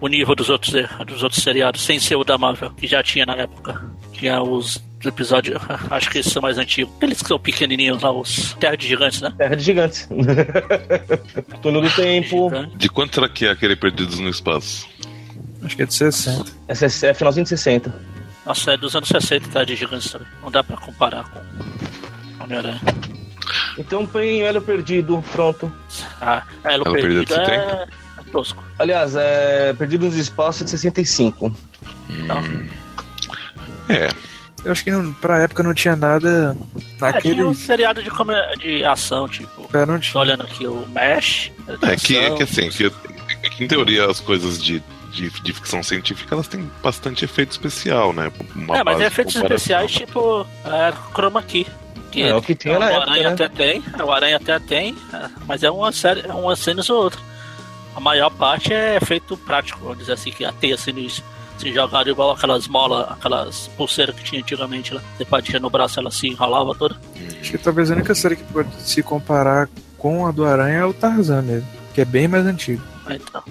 Speaker 8: o nível dos outros, dos outros seriados, sem ser o da Marvel, que já tinha na época. Tinha os episódios, (laughs) acho que esses são mais antigos. Aqueles que são pequenininhos lá, os Terra de Gigantes, né?
Speaker 10: Terra de Gigantes. (laughs) Túnel do Tempo.
Speaker 9: de quanto será que é aquele perdidos no espaço
Speaker 11: Acho que é de 60.
Speaker 10: Essa é- é finalzinho de 60.
Speaker 8: Nossa, é dos anos 60, tá? De gigantes também. Não dá pra comparar com Homem-Aranha.
Speaker 10: Então tem Elo Perdido, pronto.
Speaker 8: Ah, Elo, Perdido, é... é tosco.
Speaker 9: Hum.
Speaker 10: Aliás, é Perdido nos Espaços é de 65.
Speaker 8: Então,
Speaker 9: É.
Speaker 11: Eu acho que não, pra época não tinha nada
Speaker 8: É,
Speaker 11: naquele.
Speaker 8: tinha um seriado de, come... de ação, tipo.
Speaker 11: É, não
Speaker 8: Tô olhando aqui o Mesh.
Speaker 9: É que, é que assim, que, é que em teoria as coisas de, de, de ficção científica elas têm bastante efeito especial, né? Uma
Speaker 8: é, mas
Speaker 9: base de
Speaker 8: efeitos
Speaker 9: comparação.
Speaker 8: especiais, tipo, é, Chroma Key.
Speaker 9: É, o que tinha na
Speaker 8: o
Speaker 9: época,
Speaker 8: Aranha
Speaker 9: né?
Speaker 8: até tem, o Aranha até tem, é, mas é uma série, é uma cena ou outra. A maior parte é efeito prático, vamos dizer assim, que a teia sinistra. Se jogaram igual aquelas molas, aquelas pulseiras que tinha antigamente lá. Você batia no braço, ela se enrolava toda.
Speaker 11: Acho que talvez a única série que pode se comparar com a do Aranha é o Tarzan mesmo, que é bem mais antigo.
Speaker 8: Aí, Então,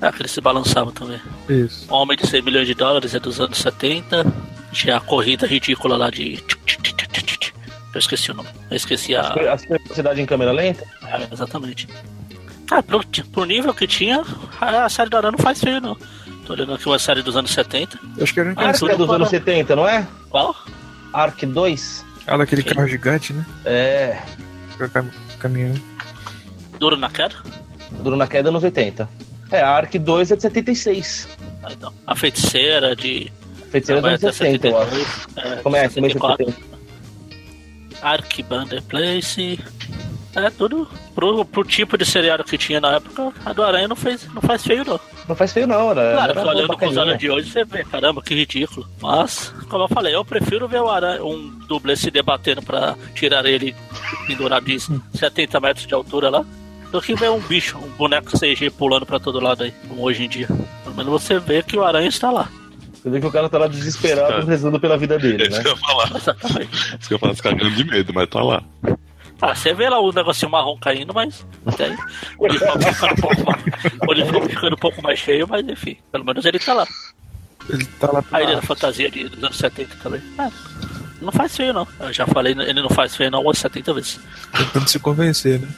Speaker 8: é, que eles se balançavam também.
Speaker 11: Isso.
Speaker 8: O Homem de 100 milhões de dólares é dos anos 70. Tinha a corrida ridícula lá de. Eu esqueci o nome. Eu esqueci a.
Speaker 10: A velocidade em câmera lenta?
Speaker 8: É, exatamente. Ah, pro, pro nível que tinha, a série do Aranha não faz feio, não. Tô olhando aqui uma série dos anos 70.
Speaker 11: Eu acho que era
Speaker 8: Ah,
Speaker 10: Arc
Speaker 8: isso
Speaker 10: é dos
Speaker 8: não
Speaker 10: anos
Speaker 8: fala.
Speaker 10: 70, não é?
Speaker 8: Qual?
Speaker 10: Arc 2.
Speaker 11: Ah, daquele carro gigante, né?
Speaker 10: É.
Speaker 11: Com o cam- Caminhão.
Speaker 8: Duro na queda?
Speaker 10: Duro na queda nos 80. É, a Arc 2 é de 76.
Speaker 8: Ah, então. A feiticeira de.
Speaker 10: Feiticeira dos
Speaker 8: vai
Speaker 10: anos
Speaker 8: até
Speaker 10: 60, é eu acho.
Speaker 8: 72, é,
Speaker 10: Começa, começa
Speaker 8: 74.
Speaker 10: 70.
Speaker 8: Arquibander Place. É tudo pro, pro tipo de seriado que tinha na época. A do Aranha não, fez, não faz feio, não.
Speaker 10: Não faz feio, não, era.
Speaker 8: Claro,
Speaker 10: era
Speaker 8: que olhando com os
Speaker 10: bacaninha.
Speaker 8: olhos de hoje, você vê, caramba, que ridículo. Mas, como eu falei, eu prefiro ver o aranha, um dublê se debatendo pra tirar ele pendurado de 70 metros de altura lá, do que ver um bicho, um boneco CG pulando pra todo lado aí, como hoje em dia. Pelo menos você vê que o aranha está lá.
Speaker 10: Você vê que o cara tá lá desesperado, rezando pela vida
Speaker 9: É
Speaker 10: dele, né?
Speaker 9: Isso que eu faço cagando de medo, mas tá lá.
Speaker 8: Ah, você vê lá o negocinho marrom caindo, mas até aí. O helicóptero ficando um pouco mais, o helicóptero ficando um pouco mais cheio, mas enfim, pelo menos ele tá lá.
Speaker 11: Ele tá lá
Speaker 8: A Ilha da Fantasia de, dos anos 70 também. Ah, não faz feio, não. Eu já falei, ele não faz feio, não, umas 70 vezes.
Speaker 11: tentando se convencer, né?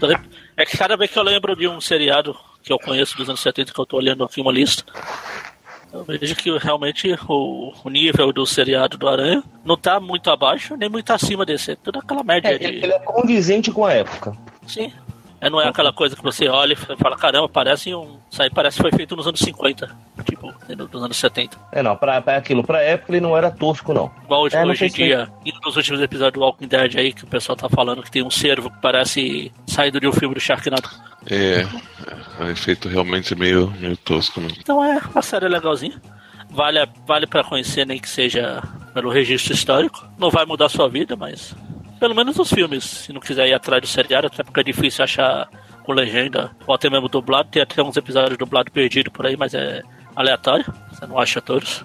Speaker 8: Tô rep- É que cada vez que eu lembro de um seriado que eu conheço dos anos 70, que eu tô olhando aqui uma lista, eu vejo que realmente o, o nível do seriado do Aranha não tá muito abaixo, nem muito acima desse. É tudo aquela média
Speaker 10: É,
Speaker 8: de.
Speaker 10: ele ele é condizente com a época.
Speaker 8: Sim. É, não é aquela coisa que você olha e fala, caramba, parece um. Isso aí parece que foi feito nos anos 50. Tipo, dos anos 70.
Speaker 10: É, não, pra, pra aquilo, pra época ele não era tosco, não.
Speaker 8: Igual hoje,
Speaker 10: É, não
Speaker 8: hoje em
Speaker 10: fez
Speaker 8: dia, e nos últimos episódios do Walking Dead aí, que o pessoal tá falando que tem um cervo que parece saído de um filme do Sharknado.
Speaker 9: É, o efeito realmente é meio, meio tosco né? mesmo.
Speaker 8: Então é uma série legalzinha. Vale, a- vale para conhecer, nem que seja pelo registro histórico. Não vai mudar sua vida, mas pelo menos os filmes. Se não quiser ir atrás do seriado, até porque é difícil achar com legenda, ou até mesmo dublado. Tem até uns episódios dublados perdidos por aí, mas é aleatório. Você não acha todos.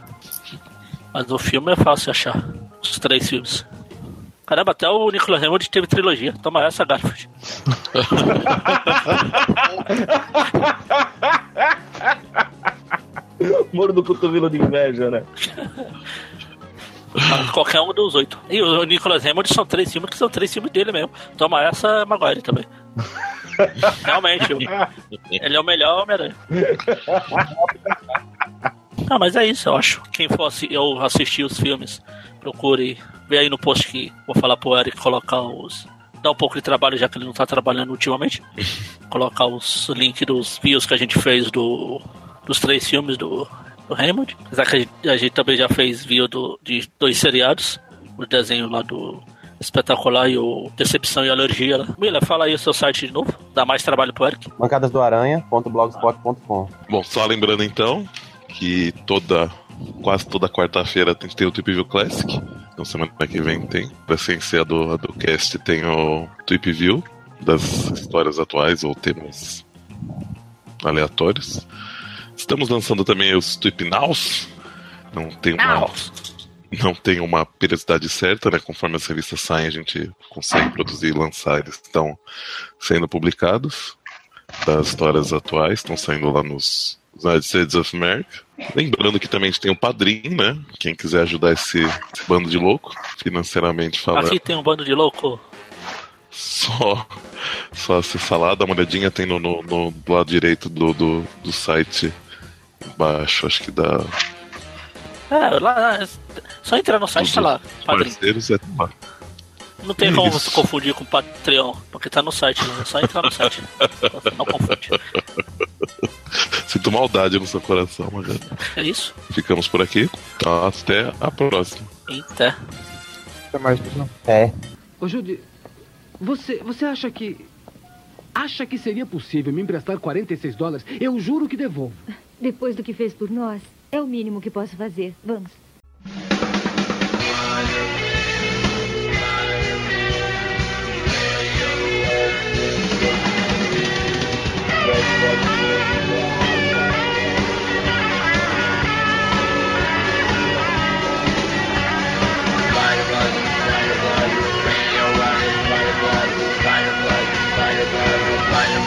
Speaker 8: Mas o filme é fácil achar. Os três filmes. Caramba, até o Nicolas Hammond teve trilogia. Toma essa, Garfield.
Speaker 10: Moro do cotovelo de inveja, né?
Speaker 8: Qualquer um dos oito. E o Nicolas Hammond são três filmes que são três filmes dele mesmo. Toma essa Maguire também. Realmente, o- ele é o melhor Homem-Aranha. Ah, mas é isso, eu acho. Quem for assi- eu assistir os filmes, procure. Vê aí no post que vou falar pro Eric colocar os. Dá um pouco de trabalho, já que ele não tá trabalhando ultimamente. colocar os links dos views que a gente fez do, dos três filmes do, do Raymond. Apesar que a gente, a gente também já fez view do, de dois seriados. O desenho lá do Espetacular e o Decepção e Alergia. Né? Mila, fala aí o seu site de novo. Dá mais trabalho pro Eric.
Speaker 12: Bancadasdoaranha.blogspot.com
Speaker 9: Bom, só lembrando então que toda, quase toda quarta-feira tem, tem o Tweep View Classic. Então semana que vem tem. Pra sem ser a do, a do cast tem o Tweep View das histórias atuais ou temas aleatórios. Estamos lançando também os Tweep Nows. Não tem uma. Não tem uma periodicidade certa, né? Conforme as revistas saem, a gente consegue produzir e lançar. Eles estão sendo publicados das histórias atuais, estão saindo lá nos United States of America. Lembrando que também a gente tem o Padrim, né? Quem quiser ajudar esse, esse bando de louco, financeiramente falando,
Speaker 8: Aqui tem um bando de louco.
Speaker 9: só, só acessar lá, dá uma olhadinha, tem no, no- no- do lado direito do, do, do site embaixo, acho que dá
Speaker 8: É, lá, só entrar no site, tá lá. Padrinho.
Speaker 9: parceiros, é lá.
Speaker 8: Não tem como
Speaker 9: Isso.
Speaker 8: se confundir com Patreon, porque tá no site, né? É só entrar no site. Não confunde.
Speaker 9: Sinto maldade no seu coração, mas
Speaker 8: É isso?
Speaker 9: ficamos por aqui. Então, até a próxima.
Speaker 8: Eita.
Speaker 11: Até mais, pessoal.
Speaker 12: É.
Speaker 1: Ô, Judy, você, você acha que. Acha que seria possível me emprestar 46 dólares? Eu juro que devolvo.
Speaker 6: Depois do que fez por nós, é o mínimo que posso fazer. Vamos.
Speaker 14: Spider-Blood, Spider-Blood, Spider-Blood, Spider-Blood, Spider-Blood.